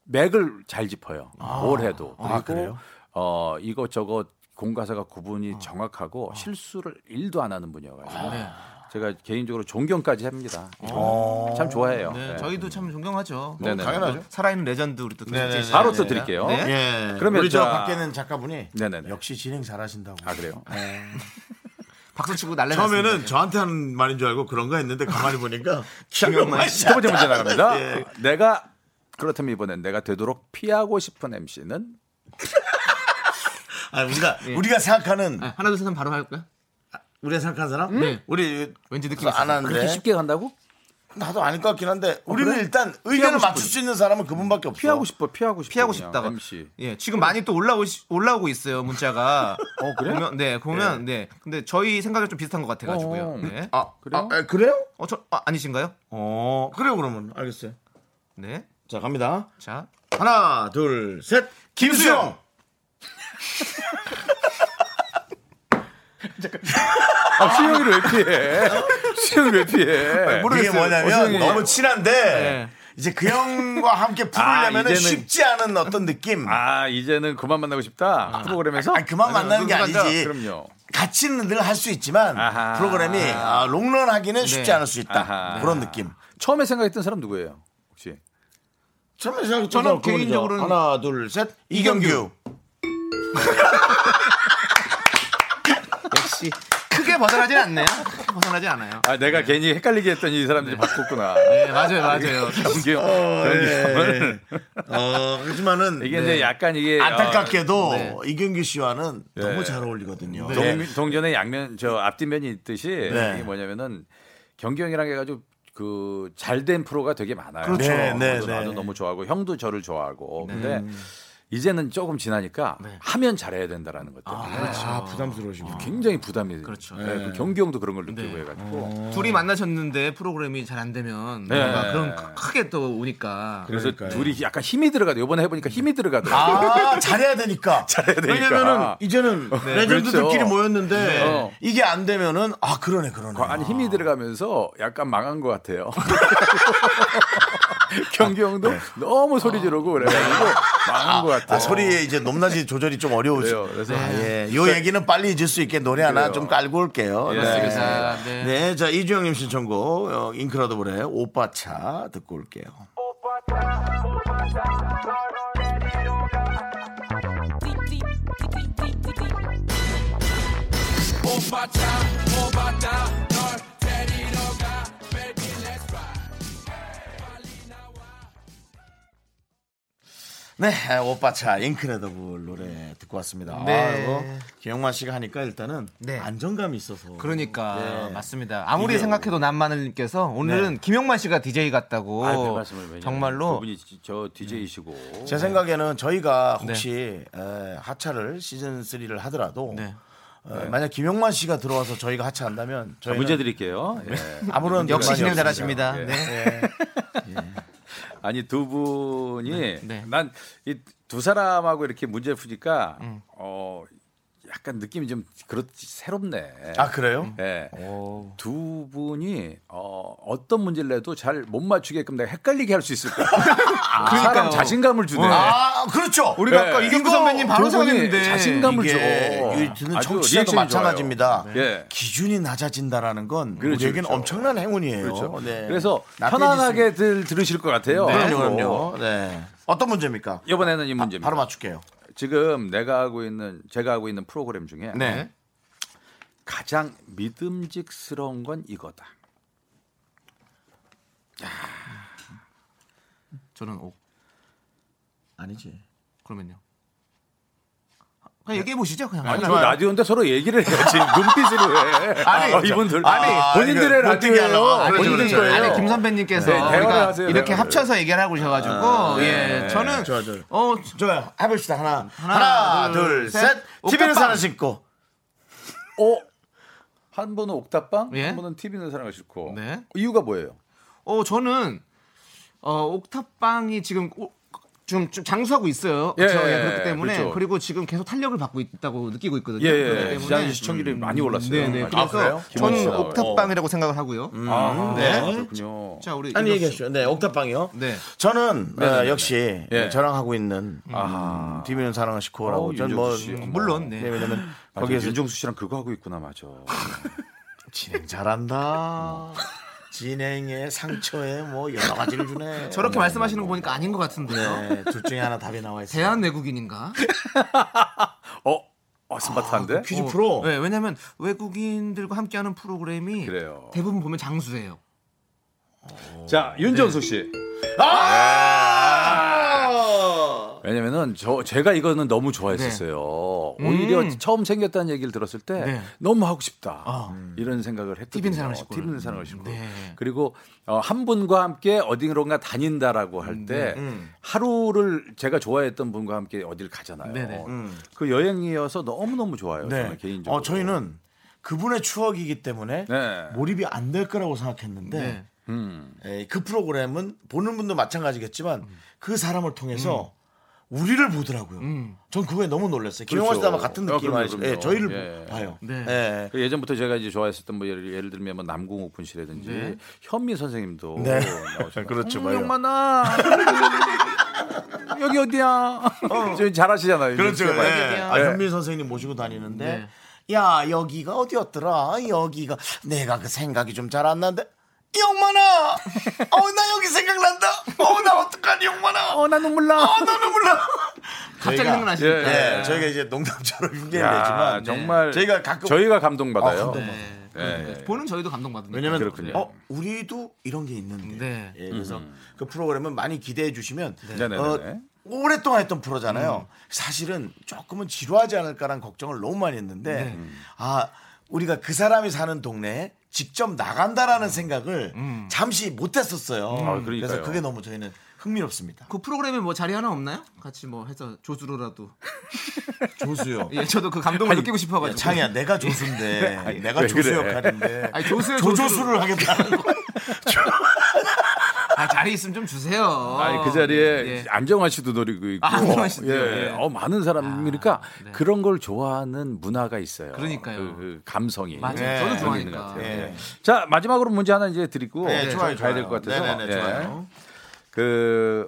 S7: 맥을 잘 짚어요. 뭘 해도 그리고 어 이것저것 공과사가 구분이 정확하고 실수를 일도안 하는
S2: 아,
S7: 분이어가지고
S2: 네.
S7: 제가 개인적으로 존경까지 합니다.
S1: 어.
S7: 참 좋아해요.
S2: 네,
S7: 네.
S2: 저희도 참 존경하죠.
S7: 네네.
S1: 당연하죠.
S2: 살아있는 레전드 우리 또 김국진
S1: 네네네.
S2: 씨.
S7: 바로 또
S2: 네.
S7: 드릴게요.
S2: 네.
S1: 예.
S7: 그러면
S1: 우리 저
S7: 자-
S1: 밖에는 작가분이
S7: 네네네.
S1: 역시 진행 잘하신다고.
S7: 아 그래요?
S2: 박수 치고 네. 날래.
S1: 처음에는 저한테 하는 말인 줄 알고 그런가 했는데 가만히 보니까 기억만
S7: 네.
S1: 예.
S7: 두 번째 문제 나갑니다.
S1: 네.
S7: 내가 그렇다면 이번엔 내가 되도록 피하고 싶은 MC는
S1: 아 우리가
S7: 예.
S1: 우리가 생각하는
S2: 하나 둘셋 하면 바로 할까요? 아,
S1: 우리가 생각하는 사람?
S2: 네.
S1: 우리
S2: 왠지 느낌이
S1: 안
S2: 있어요.
S1: 하는데
S7: 그렇게 쉽게 간다고?
S1: 나도 아닐 것 같긴 한데 우리는
S7: 그래?
S1: 일단 의견을
S7: 피하고
S1: 맞출
S7: 싶은.
S1: 수 있는 사람은 그분밖에 없어.
S7: 피하고 싶어, 피하고 싶어.
S2: 피하고
S7: 그냥,
S2: 싶다가.
S7: MC.
S2: 예, 지금 많이 또 올라오 올라오고 있어요 문자가. 어
S7: 그래요?
S2: 보면, 네, 보면 네. 근데 저희 생각이 좀 비슷한 것 같아가지고요.
S7: 어.
S2: 네.
S1: 예. 아 그래요?
S7: 그래요?
S1: 아, 에, 그래요?
S2: 어, 저 아, 아니신가요?
S1: 어 그래요 그러면 알겠어요.
S2: 네.
S1: 자 갑니다.
S2: 자,
S1: 하나 둘 셋 김수영.
S7: 아, 수영이를 왜 피해? 수영이를 왜 피해?
S1: 이게 뭐냐면
S7: 어수영이.
S1: 너무 친한데
S2: 네.
S1: 이제 그 형과 함께 풀으려면
S7: 아, 이제는-
S1: 은 쉽지 않은 어떤 느낌.
S7: 아, 이제는 그만 만나고 싶다. 프로그램에서.
S1: 아니, 그만 만나는 게
S2: 누군가
S1: 아니지.
S7: 그럼요.
S1: 같이는 늘 할 수 있지만
S7: 아하. 네.
S1: 프로그램이 아, 롱런하기는 쉽지 않을 수 있다.
S7: 아하.
S1: 그런 느낌.
S7: 처음에 생각했던 사람 누구예요? 혹시?
S1: 처음에 생각
S2: 저는 개인적으로는-
S1: 하나 둘 셋 이경규.
S2: 역시 크게 벗어나진 않네요. 크게 벗어나진 않아요.
S7: 아,
S1: 네.
S7: 내가 괜히 헷갈리게 했더니 이 사람들이 바꿨구나.
S1: 어,
S2: 네, 맞아요, 맞아요.
S7: 경기 형.
S1: 예. 어, 하지만은
S7: 이게 이제 약간 이게 어,
S1: 안타깝게도
S2: 네.
S1: 이경규 씨와는
S7: 네.
S1: 너무 잘 어울리거든요.
S7: 어,
S1: 동-
S7: 동, 동전의 양면 저 앞뒷면이 있듯이
S1: 네.
S7: 이게 뭐냐면은 경경이랑 해가지고 그 잘된 프로가 되게 많아요.
S1: 그렇죠. 네, 네,
S7: 저도 나도
S1: 네.
S7: 너무 좋아하고 형도 저를 좋아하고 근데 이제는 조금 지나니까 하면 잘해야 된다라는 것 때문에
S1: 네. 아,
S2: 그렇죠.
S1: 네. 부담스러우시고.
S7: 굉장히 부담이 그렇죠. 경경도 그런 걸
S2: 네.
S7: 느끼고
S1: 어.
S7: 해가지고
S2: 둘이 만나셨는데 프로그램이 잘 안 되면
S7: 네.
S2: 뭔가 그런 크- 크게 또 오니까.
S7: 그래서 둘이 약간 힘이 들어가도 이번에 해보니까 힘이 들어가더라고. 요
S1: 아, 잘해야 되니까.
S7: 잘해야 되니까.
S1: 왜냐면은 이제는 레전드들끼리
S7: 그렇죠.
S1: 모였는데
S7: 어.
S1: 이게 안 되면은 아, 그러네, 그러네.
S7: 아니 힘이 들어가면서 약간 망한 것 같아요. 경경도 너무 소리 지르고 그래가지고 망한 것 같아요.
S1: 아, 소리에 이제 높낮이 조절이 좀 어려우죠.
S7: 그래요. 그래서
S1: 아, 예. 요 얘기는 빨리 잊을 수 있게 노래 하나
S7: 그래요.
S1: 좀 깔고 올게요.
S7: 예,
S2: 알겠습니다. 네.
S1: 네, 자, 이주영님 신청곡, 어, 인크라더블의 오빠차 듣고 올게요. 네, 오빠차 인크레더블 노래 듣고 왔습니다.
S2: 네.
S1: 아, 이거 김영만 씨가 하니까 일단은
S2: 네.
S1: 안정감이 있어서.
S7: 음,
S2: 그러니까
S1: 네.
S2: 맞습니다. 아무리
S1: 이게-
S2: 생각해도 남마늘님께서 오늘은 김용만 씨가 DJ 같다고
S7: 네. 아,
S1: 어,
S7: 별 말씀을 왜냐면
S2: 정말로
S7: 그분이 지- 저 DJ이시고
S1: 제 생각에는
S2: 네.
S1: 저희가 혹시 에, 하차를 시즌 3를 하더라도
S2: 네.
S1: 어, 만약 김용만 씨가 들어와서 저희가 하차한다면
S7: 자,
S1: 저희
S7: 아, 문제 드릴게요. 예.
S1: 네. 아무런
S2: 역시
S1: 연관이
S2: 진행
S1: 없습니다.
S2: 잘하십니다.
S7: 예.
S2: 네.
S1: 예.
S7: 아니 두 분이
S2: 네.
S7: 난 이 두 사람하고 이렇게 문제 푸니까 어 약간 느낌이 좀 그렇지 새롭네.
S1: 아 그래요?
S7: 예. 두 분이 어, 어떤 문제를 내도 잘 못 맞추게끔 내가 헷갈리게 할 수 있을 거야. 그 사람
S2: 그러니까요.
S7: 자신감을 주네.
S1: 아 그렇죠.
S2: 우리가
S7: 네.
S2: 아까 이경규 선배님 바로
S7: 두 분이
S2: 생각했는데
S7: 자신감을 줘.
S1: 이게 이 듣는
S7: 아주
S1: 청취자도
S7: 리액션이
S1: 마찬가지입니다. 네.
S7: 좋아요. 예.
S1: 기준이 낮아진다라는 건
S7: 그렇죠,
S1: 우리에게는
S7: 그렇죠.
S1: 엄청난 행운이에요.
S7: 그렇죠.
S1: 네.
S7: 그래서
S1: 나태해질 수
S7: 편안하게들 들으실 것 같아요.
S1: 있-
S7: 앞으로.
S1: 네, 그럼요, 그럼요. 네. 어떤 문제입니까?
S7: 이번에는 이
S1: 아,
S7: 문제입니다.
S1: 바로 맞출게요.
S7: 지금 내가 하고 있는 제가 하고 있는 프로그램 중에
S2: 네.
S7: 가장 믿음직스러운 건 이거다.
S2: 저는 오
S1: 아니지.
S2: 그러면요. 그냥 얘기해 보시죠. 그냥
S7: 아니
S2: 아니,
S7: 그 라디오인데 서로 얘기를 해야지 눈빛으로 해.
S2: 아니,
S7: 어, 이분들
S1: 아니,
S7: 본인들의
S1: 이거 어떻게
S7: 라디오예요.
S1: 하나. 아니,
S7: 본인들
S1: 그렇죠.
S7: 거예요.
S2: 아니 김 선배님께서
S7: 네, 대화를
S2: 우리가
S7: 하세요,
S2: 이렇게
S7: 대화를. 아, 네.
S2: 합쳐서 얘기를 하고 오셔가지고 예 저는
S1: 좋아, 좋아.
S2: 어
S1: 좋아요. 해봅시다. 하나, 하나,
S2: 둘,
S1: 둘,
S2: 셋.
S1: 셋. TV는
S2: 옥탑방.
S1: 사나 싣고.
S7: 어? 한 번은 옥탑방,
S2: 예?
S7: 한 번은 TV는 사랑을 싫고.
S2: 네.
S7: 이유가 뭐예요?
S2: 어 저는 어 옥탑방이 지금 오- 좀, 좀 장수하고 있어요.
S7: 예,
S2: 그렇죠? 예,
S7: 예,
S2: 그렇기 때문에
S7: 그렇죠.
S2: 그리고 지금 계속 탄력을 받고 있다고 느끼고 있거든요.
S7: 예,
S2: 그렇기
S7: 예.
S2: 때문에
S7: 지난 시청률이
S1: 음.
S7: 많이 올랐어요.
S2: 네네.
S7: 아,
S2: 그래서
S1: 그래요?
S2: 저는
S7: 김원수
S2: 옥탑방이라고 생각을 하고요.
S7: 아,
S1: 네.
S7: 그렇군요.
S2: 자 우리
S1: 아니
S2: 이거-
S1: 얘기해 주죠. 네, 옥탑방이요.
S2: 네.
S1: 저는 어, 역시
S7: 예.
S1: 저랑 하고 있는
S7: 아.
S1: 음, 디미는 사랑을 시코라고
S7: 어우,
S1: 전 뭐,
S7: 윤정수 씨.
S1: 뭐,
S2: 물론, 네.
S1: 네, 왜냐면
S7: 맞아,
S1: 거기에서
S7: 윤정수 씨랑 그거 하고 있구나, 맞아.
S1: 진행 잘한다. 진행에 상처에 뭐 여러 가지를 주네.
S2: 저렇게 말씀하시는 거 보니까 아닌 것 같은데요.
S1: 네, 둘 중에 하나 답이 나와 있어요.
S2: 대한 외국인인가?
S7: 어, 어 스마트한데?
S1: 퀴즈 프로.
S2: 네, 왜냐면 외국인들과 함께하는 프로그램이
S7: 그래요.
S2: 대부분 보면 장수예요.
S7: 자, 윤정수 씨.
S1: 아!
S7: 왜냐면은 저 제가 이거는 너무 좋아했었어요. 오히려 처음 생겼다는 얘기를 들었을 때
S2: 네.
S7: 너무 하고 싶다
S2: 아.
S7: 음. 이런 생각을 했거든요.
S2: TV는 사랑을 싣고.
S7: TV는 사랑을 싣고.
S2: 네.
S7: 그리고 어, 한 분과 함께 어디론가 다닌다라고 할 때 하루를 제가 좋아했던 분과 함께 어디를 가잖아요.
S2: 네네.
S7: 그 여행이어서 너무 너무 좋아요.
S1: 네.
S7: 저는 개인적으로.
S1: 어, 저희는 그분의 추억이기 때문에
S7: 네.
S1: 몰입이 안 될 거라고 생각했는데
S2: 네.
S7: 음.
S1: 에, 그 프로그램은 보는 분도 마찬가지겠지만 그 사람을 통해서 우리를 보더라고요.
S2: 음.
S1: 전 그거에 너무 놀랐어요. 김영환 씨도 아마 같은
S7: 아,
S1: 느낌
S7: 그럼요,
S1: 아니죠
S7: 그럼요.
S1: 예, 저희를
S7: 예.
S1: 봐요.
S2: 네.
S1: 예.
S7: 그 예전부터 제가 이제 좋아했었던 뭐 예를, 예를 들면 뭐 남궁옥 분실이라든지 현미 선생님도
S1: 네.
S7: 나오셨고
S1: 그렇죠, 맞아요.
S7: 영만아 여기 어디야? 좀 잘하시잖아요.
S1: 그렇죠.
S7: 이제
S1: 예.
S7: 제발.
S1: 아, 현민 선생님 모시고 다니는데
S2: 네.
S1: 야 여기가 어디였더라? 여기가 내가 그 생각이 좀 잘 안 나는데 영만아, 어나 여기 생각난다. 어나 어떡하니 영만아.
S7: 어, 나 눈물 나.
S1: 나는 몰라.
S2: 갑자기
S1: 저희가-
S2: 생각나시니까. 네.
S1: 예, 저희가 이제 농담처럼 흉내를
S7: 야,
S1: 내지만 네.
S7: 정말
S1: 저희가 가끔
S7: 저희가 감동받아요.
S1: 아, 네.
S2: 네.
S7: 예,
S2: 네.
S7: 예.
S2: 보는 저희도 감동받는데.
S1: 왜냐면
S7: 그렇군요. 음.
S1: 어 우리도 이런 게 있는데
S2: 네.
S1: 예, 그래서 그 프로그램은 많이 기대해 주시면
S7: 네, 네,
S1: 어,
S7: 네, 네.
S1: 오랫동안 했던
S2: 음.
S1: 프로잖아요. 사실은 조금은 지루하지 않을까라는 걱정을 너무 많이 했는데
S2: 네.
S7: 음.
S1: 아 우리가 그 사람이 사는 동네에 직접
S2: 음.
S1: 나간다라는 생각을 잠시 못했었어요.
S7: 아, 그러니까요.
S1: 그래서 그게 너무 저희는 흥미롭습니다.
S2: 그 프로그램에 뭐 자리 하나 없나요? 같이 뭐 해서 조수로라도.
S1: 조수요.
S2: 예, 저도 그 감동을 느끼고
S1: 야,
S2: 싶어가지고.
S1: 창이야, 내가 조수인데, 내가
S7: 왜
S1: 조수
S7: 그래?
S1: 역할인데,
S2: 아니, 조수요,
S1: 조조수를 하겠다는 거야.
S2: 아, 자리 있으면 좀 주세요.
S7: 아니 그 자리에
S1: 네.
S2: 예.
S7: 안정환 씨도 노리고 있고
S2: 아, 안정환 씨도요.
S7: 예.
S2: 예.
S7: 어, 많은 사람이니까
S2: 아, 네.
S7: 그런 걸 좋아하는 문화가 있어요.
S2: 그러니까요.
S7: 그, 그 감성이
S2: 맞아요.
S1: 예.
S2: 저도
S7: 그런 게 있는 것
S2: 좋아하니까. 예,
S7: 같아요.
S1: 예.
S7: 자 마지막으로 문제 하나 이제 드리고
S1: 네, 좋아요,
S7: 가야 될
S1: 좋아요.
S7: 것 같아서 예.
S1: 네네네, 좋아요.
S7: 그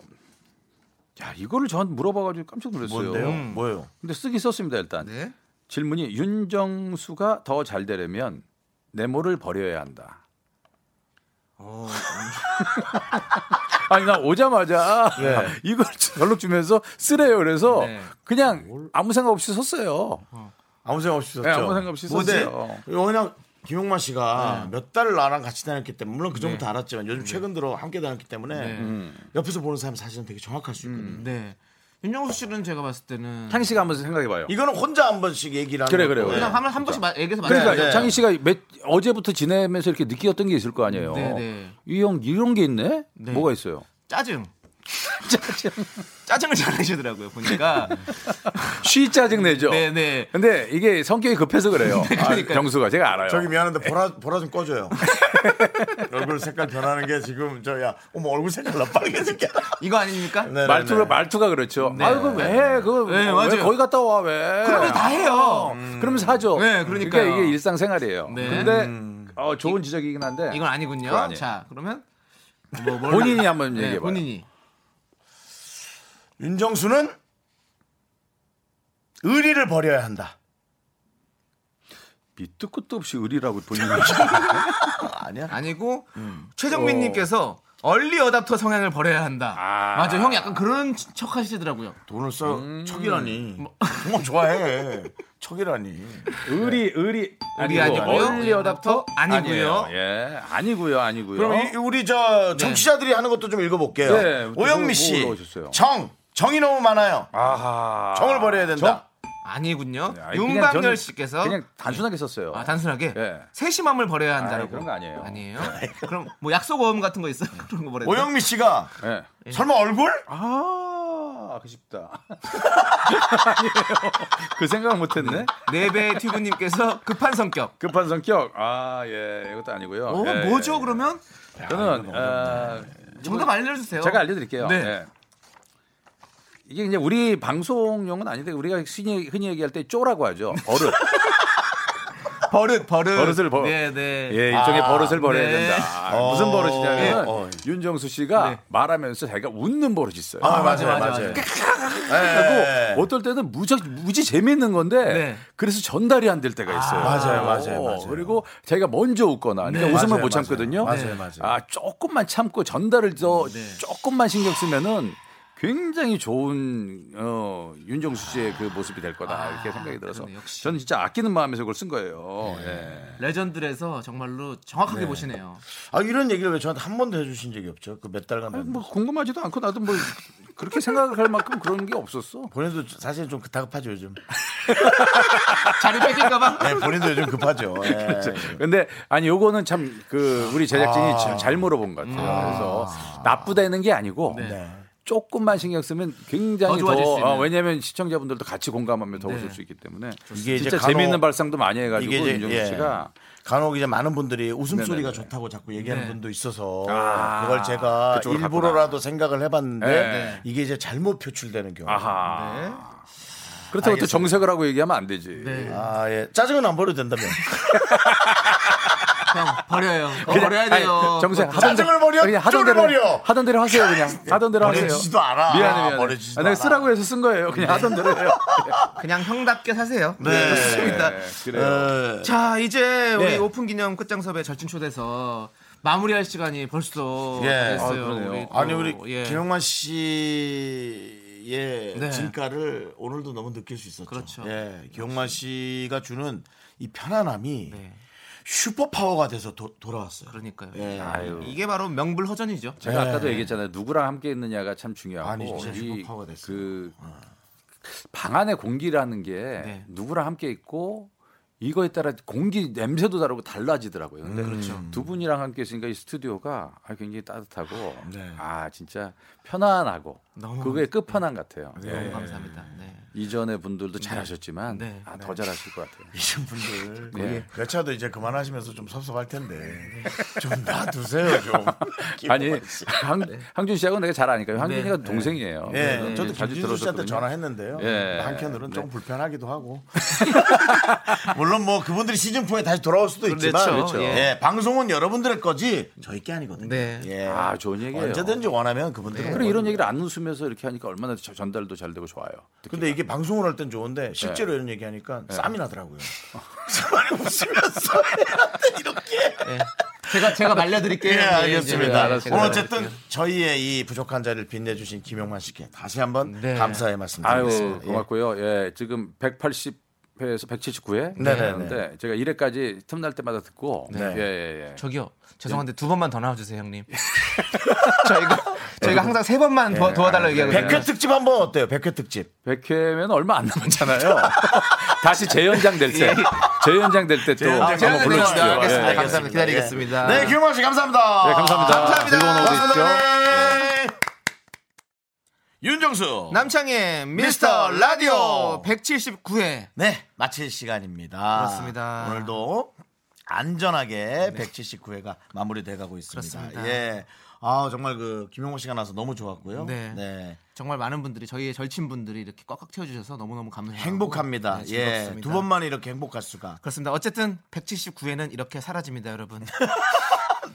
S7: 야, 이거를 저한테 물어봐가지고 깜짝 놀랐어요.
S1: 뭔데요? 음.
S2: 음.
S1: 뭐예요?
S7: 근데 쓰기 썼습니다 일단.
S2: 네.
S7: 질문이 윤정수가 더 잘 되려면 네모를 버려야 한다. 아니 나 오자마자
S1: 네.
S7: 이걸 연락 주면서 쓰래요. 그래서
S2: 네.
S7: 그냥 아무 생각 없이 썼어요.
S1: 아무 생각 없이 썼죠.
S7: 네, 아무 생각 없이 썼어요. 네.
S1: 근데 워낙 김용만 씨가 몇 달을 나랑 같이 다녔기 때문에 물론 그 전부터 알았지만 요즘 최근 들어 함께 다녔기 때문에
S2: 네.
S1: 옆에서 보는 사람 사실은 되게 정확할 수 있거든요.
S7: 음.
S2: 네. 윤정수 씨는 제가 봤을 때는.
S7: 창희 씨가 한번 생각해봐요.
S1: 이거는 혼자 한 번씩 얘기를 하는 네.
S7: 그래,
S1: 것도
S7: 그래, 그래.
S2: 그냥 하면 한 번씩 마- 얘기해서
S7: 그러니까
S1: 네, 네.
S7: 창희 씨가 몇- 어제부터 지내면서 이렇게 느꼈던 게 있을 거 아니에요.
S2: 네, 네.
S7: 이 형 이런 게 있네?
S2: 네.
S7: 뭐가 있어요?
S2: 짜증. 짜증. 을잘 내시더라고요, 보니까.
S7: 쉬 짜증 내죠.
S2: 네네.
S7: 근데 이게 성격이 급해서 그래요.
S2: 네, 그러니까요.
S7: 아, 정수가 제가 알아요.
S1: 저기 미안한데
S7: 네.
S1: 보라 보라 좀 꺼줘요. 얼굴 색깔 변하는 게 지금 저야 어머 얼굴 색깔 나 빨개지게.
S2: 이거 아닙니까?
S1: 네, 네,
S7: 말투가
S1: 네.
S7: 말투가 그렇죠. 아유 그왜 그거
S2: 네,
S7: 왜
S2: 맞아요.
S7: 거기 갔다 와 왜? 음.
S2: 그러면 다 해요.
S7: 그러면 사죠.
S2: 네, 그러니까요.
S7: 이게 일상생활이에요.
S2: 네.
S7: 근데 어, 좋은 지적이긴 한데
S2: 이건 아니군요.
S7: 그거 아니에요.
S2: 자, 그러면 뭐, 뭘
S7: 본인이
S2: 나-
S7: 한번
S2: 네,
S7: 얘기해봐요.
S2: 본인이.
S1: 윤정수는 의리를 버려야 한다.
S7: 밑도 끝도 없이 의리라고 본인이
S1: 아니야.
S2: 아니고
S7: 음.
S2: 최정민님께서 얼리 어답터 성향을 버려야 한다.
S7: 아.
S2: 맞아, 형이 약간 그런 척 하시더라고요.
S1: 돈을 써
S7: 음.
S1: 척이라니.
S7: 뭐.
S1: 정말 좋아해. 척이라니.
S7: 의리 의리
S2: 의리 아니고요. 네,
S7: 얼리 어답터
S2: 아니고요.
S7: 아니에요. 예 아니고요 아니고요.
S1: 그럼 이- 우리 저 정치자들이 하는 것도 좀 읽어볼게요.
S7: 네, 뭐, 뭐
S1: 오영미 씨,
S7: 올라오셨어요?
S1: 정 정이 너무 많아요.
S7: 아하.
S1: 정을 버려야 된다.
S2: 아니군요.
S7: 정? 네, 아니, 그냥 저는
S2: 윤방열 씨께서
S7: 그냥 단순하게 썼어요.
S2: 아, 단순하게
S7: 예.
S2: 세심함을 버려야 한다라고.
S7: 아이, 그런 거 아니에요.
S2: 아니에요. 그럼 뭐 약속 어음 같은 거 있어요? 그런 거 버려야
S1: 오영미 씨가
S7: 예.
S1: 설마 얼굴?
S7: 아, 아쉽다. 아니에요. 그 생각 못했네.
S2: 네배 튜브님께서 급한 성격.
S7: 급한 성격. 아, 예, 이것도 아니고요.
S2: 어,
S7: 예,
S2: 뭐죠 아,
S7: 예, 예.
S2: 그러면?
S7: 저는 뭐 어,
S2: 정답 알려주세요.
S7: 제가 알려드릴게요.
S2: 네.
S7: 예. 이게 이제 우리 방송용은 아닌데 우리가 흔히, 흔히 얘기할 때 쪼라고 하죠. 버릇.
S2: 버릇 버릇
S7: 버릇을 버-
S2: 네, 네.
S7: 예, 일종의
S2: 아,
S7: 버릇을 버려야
S2: 네.
S7: 된다.
S1: 어.
S7: 무슨 버릇이냐면
S1: 네. 어.
S7: 윤정수 씨가 말하면서 자기가 웃는 버릇이 있어요.
S1: 아, 맞아요,
S2: 맞아요, 예.
S1: 맞아요.
S2: 맞아요.
S1: 예.
S7: 그리고 어떨 때는 무지, 무지 재밌는 건데
S2: 네.
S7: 그래서 전달이 안 될 때가 있어요.
S1: 맞아요, 맞아요,
S7: 오,
S1: 맞아요.
S7: 그리고 자기가 먼저 웃거나 그러니까
S2: 네, 네.
S7: 웃음을
S1: 맞아요,
S7: 못 참거든요.
S1: 맞아요, 네. 맞아요, 맞아요.
S7: 아, 조금만 참고 전달을 더 조금만 신경 쓰면은 굉장히 좋은 어, 윤정수 씨의 그 모습이 될 거다 이렇게 생각이 들어서
S2: 아, 그러네, 역시. 네.
S7: 저는 진짜 아끼는 마음에서 그걸 쓴 거예요. 예.
S2: 레전드에서 정말로 정확하게 보시네요.
S1: 아 이런 얘기를 왜 저한테 한 번도 해주신 적이 없죠? 그 몇 달간
S7: 아니, 뭐 궁금하지도 않고 나도 뭐 그렇게 생각할 만큼 그런 게 없었어.
S1: 본인도 사실 좀 다급하죠 요즘.
S2: 자리 뺏길까봐.
S1: 네, 본인도 요즘 급하죠. 예.
S7: 근데 아니 요거는 참 그 우리 제작진이
S1: 아. 음.
S7: 참 잘 물어본 것 같아요. 그래서 나쁘다는 게 아니고
S1: 네.
S7: 조금만 신경 쓰면 굉장히
S2: 더
S7: 더,
S2: 좋아질 수 있는.
S7: 어, 왜냐하면 시청자분들도 같이 공감하면 더 웃을 수 있기 때문에
S1: 네. 이게 이제
S7: 진짜
S1: 간혹-
S7: 재미있는 발상도 많이 해가지고
S1: 이제,
S7: 윤정수
S1: 예.
S7: 씨가
S1: 간혹 이제 많은 분들이 웃음소리가
S7: 네네네.
S1: 좋다고 자꾸 얘기하는
S2: 네.
S1: 분도 있어서
S7: 아,
S1: 그걸 제가
S7: 그쪽으로
S1: 일부러라도 생각을 해봤는데
S7: 네.
S1: 이게 이제 잘못 표출되는 경우.
S7: 아하
S2: 네.
S7: 그렇다고 또 정색을 하고 얘기하면 안 되지.
S2: 네.
S1: 아, 예. 짜증은 안 버려도 된다면.
S2: 형 버려요.
S1: 어,
S2: 그거
S7: 그냥-
S2: 버려야 돼요.
S7: 아니, 정색
S2: 그거
S7: 하던
S1: 뭐 짜증을
S7: 대로-
S1: 버려?
S7: 그냥 하던
S1: 쪼를
S7: 대로
S1: 버려?
S7: 하던 대로 하세요 그냥 하던 대로 하세요.
S1: 버려지지도 않아.
S7: 미안해 미안해.
S1: 버려지지도
S7: 아, 내가
S1: 않아.
S7: 쓰라고 해서 쓴 거예요. 그냥 하던 대로 해요.
S2: 그냥 형답게 사세요. 네. 좋습니다.
S7: 네,
S1: 어.
S7: 그래요.
S2: 자, 이제 우리
S1: 네.
S2: 오픈 기념 끝장섭의 절친 초대서 마무리할 시간이 벌써
S1: 예.
S2: 됐어요.
S7: 아, 그러네요.
S2: 또,
S1: 아니 우리
S2: 예.
S1: 김영만 씨의
S2: 네.
S1: 진가를 오늘도 너무 느낄 수 있었죠.
S2: 그렇죠.
S1: 예, 김영만 씨가 주는 이 편안함이
S2: 네. 그렇죠.
S1: 슈퍼 파워가 돼서 도- 돌아왔어요.
S2: 그러니까요.
S1: 예.
S7: 아유.
S2: 이게 바로 명불허전이죠.
S7: 제가
S1: 네.
S7: 아까도 얘기했잖아요. 누구랑 함께 있느냐가 참 중요하고
S1: 아니, 진짜
S7: 이
S1: 슈퍼파워가 됐어요.
S7: 그 방안의 공기라는 게
S2: 네.
S7: 누구랑 함께 있고 이거에 따라 공기 냄새도 다르고 달라지더라고요. 근데
S1: 그렇죠.
S7: 두 분이랑 함께 있으니까 이 스튜디오가 아, 굉장히 따뜻하고
S1: 네.
S7: 아 진짜 편안하고
S2: 너무
S7: 그게 끝판왕 같아요.
S2: 너무
S7: 예.
S2: 감사합니다. 네.
S7: 이전의 분들도 잘하셨지만
S2: 네.
S7: 아, 더 잘하실 것 같아요.
S1: 이런 분들
S7: 예.
S1: 그 차도 이제 그만하시면서 좀 섭섭할 텐데 좀
S7: 네.
S1: 놔두세요 좀.
S7: 아니 항, 항준 씨하고 내가 잘 아니까요. 항준이가
S1: 예,
S7: 동생이에요. 그래서
S1: 네. 저도
S7: 네. 자주
S1: 김진수 씨한테
S7: 들어줬거든요.
S1: 전화했는데요.
S7: 예.
S1: 한켠으로는 조금 불편하기도 하고. 물론 뭐 그분들이 시즌 4에 다시 돌아올 수도 있지만,
S2: 그렇죠, 그렇죠.
S1: 예, 방송은 여러분들의 거지 저희 게 아니거든요.
S2: 네.
S1: 예.
S7: 아, 좋은 얘기예요. 네.
S1: 언제든지 원하면 그분들은.
S7: 그래 이런 얘기를 안 웃으면서 이렇게 하니까 얼마나 저- 전달도 잘 되고 네. 좋아요.
S1: 근데 이게 방송을 할 땐 좋은데 실제로 이런 얘기 하니까 쌈이 나더라고요. 쌈이 웃으면서 애한테 이렇게.
S2: 제가 제가 말려드릴게요.
S1: 예,
S2: 네, 이제
S1: 알겠습니다.
S2: 알았어요.
S1: 오늘
S2: 예.
S1: 어쨌든 저희의 이 부족한 자리를 빛내주신 김용만 씨께 다시 한번
S2: 네.
S1: 감사의
S7: 아유
S1: 말씀드리겠습니다. 예.
S7: 고맙고요. 예, 지금 180회에서 179회
S1: 네네네.
S7: 했는데 제가 1회까지 틈날 때마다 듣고
S1: 네.
S7: 예, 예, 예.
S2: 저기요 죄송한데 두 번만 더 나와주세요 형님. 저희가 저희가 항상 세 번만 더 도와달라 얘기하거든요.
S1: 예, 백회 특집 한번 어때요? 백회 특집.
S7: 100회면 얼마 안 남았잖아요. 다시 재연장 될 때, 재연장 될 때 또
S1: 아,
S7: 네, 한번
S1: 예. 재연장
S7: 불러
S1: 되면
S7: 주세요.
S1: 알겠습니다.
S2: 알겠습니다.
S1: 예,
S2: 감사합니다.
S1: 예.
S2: 기다리겠습니다.
S1: 네, 김용만 씨 감사합니다.
S7: 네, 감사합니다.
S1: 감사합니다.
S7: 즐거운 오후 되십시오.
S1: 감사합니다. 윤정수.
S2: 남창의 미스터 라디오 179회.
S1: 네, 마칠 시간입니다.
S2: 그렇습니다.
S1: 오늘도 안전하게 179회가 마무리돼 가고 있습니다.
S2: 그렇습니다.
S1: 예. 아, 정말 그 김용호 씨가 나서 너무 좋았고요.
S2: 네. 정말 많은 분들이 저희의 절친 분들이 이렇게 꽉꽉 채워주셔서 너무너무 감사합니다.
S1: 행복합니다.
S2: 네,
S1: 예. 두 번만 이렇게 행복할 수가.
S2: 그렇습니다. 어쨌든 179회는 이렇게 사라집니다, 여러분.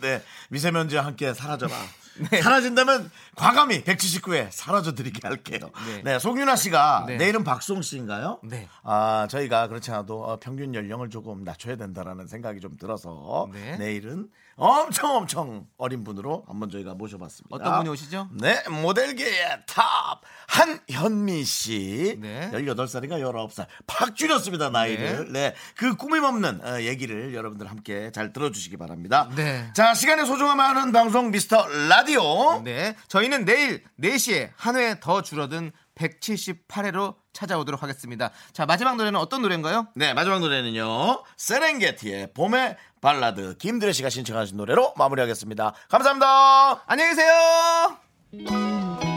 S1: 네. 미세먼지와 함께 사라져라.
S2: 아, 네.
S1: 사라진다면 과감히 179회 사라져 드리게 할게요. 네.
S2: 네.
S1: 송윤아 씨가
S2: 네.
S1: 내일은 박송 씨인가요?
S2: 네.
S1: 아, 저희가 그렇지 않아도 어, 평균 연령을 조금 낮춰야 된다라는 생각이 좀 들어서
S2: 네.
S1: 내일은 엄청 엄청 어린 분으로 한번 저희가 모셔봤습니다.
S2: 어떤 분이 오시죠?
S1: 네, 모델계의 탑 한현미 씨.
S2: 네.
S1: 18살인가 19살. 팍 줄였습니다, 나이를. 네. 그 꾸밈 없는 어, 얘기를 여러분들 함께 잘 들어주시기 바랍니다.
S2: 네.
S1: 자, 시간의 소중함을 아는 방송 미스터 라디오.
S2: 네. 저희는 내일 4시에 한 회 더 줄어든 178회로 찾아오도록 하겠습니다. 자, 마지막 노래는 어떤 노래인가요?
S1: 네, 마지막 노래는요. 세렝게티의 봄의 발라드 김드레 씨가 신청하신 노래로 마무리하겠습니다. 감사합니다.
S2: 안녕히 계세요!
S5: 봄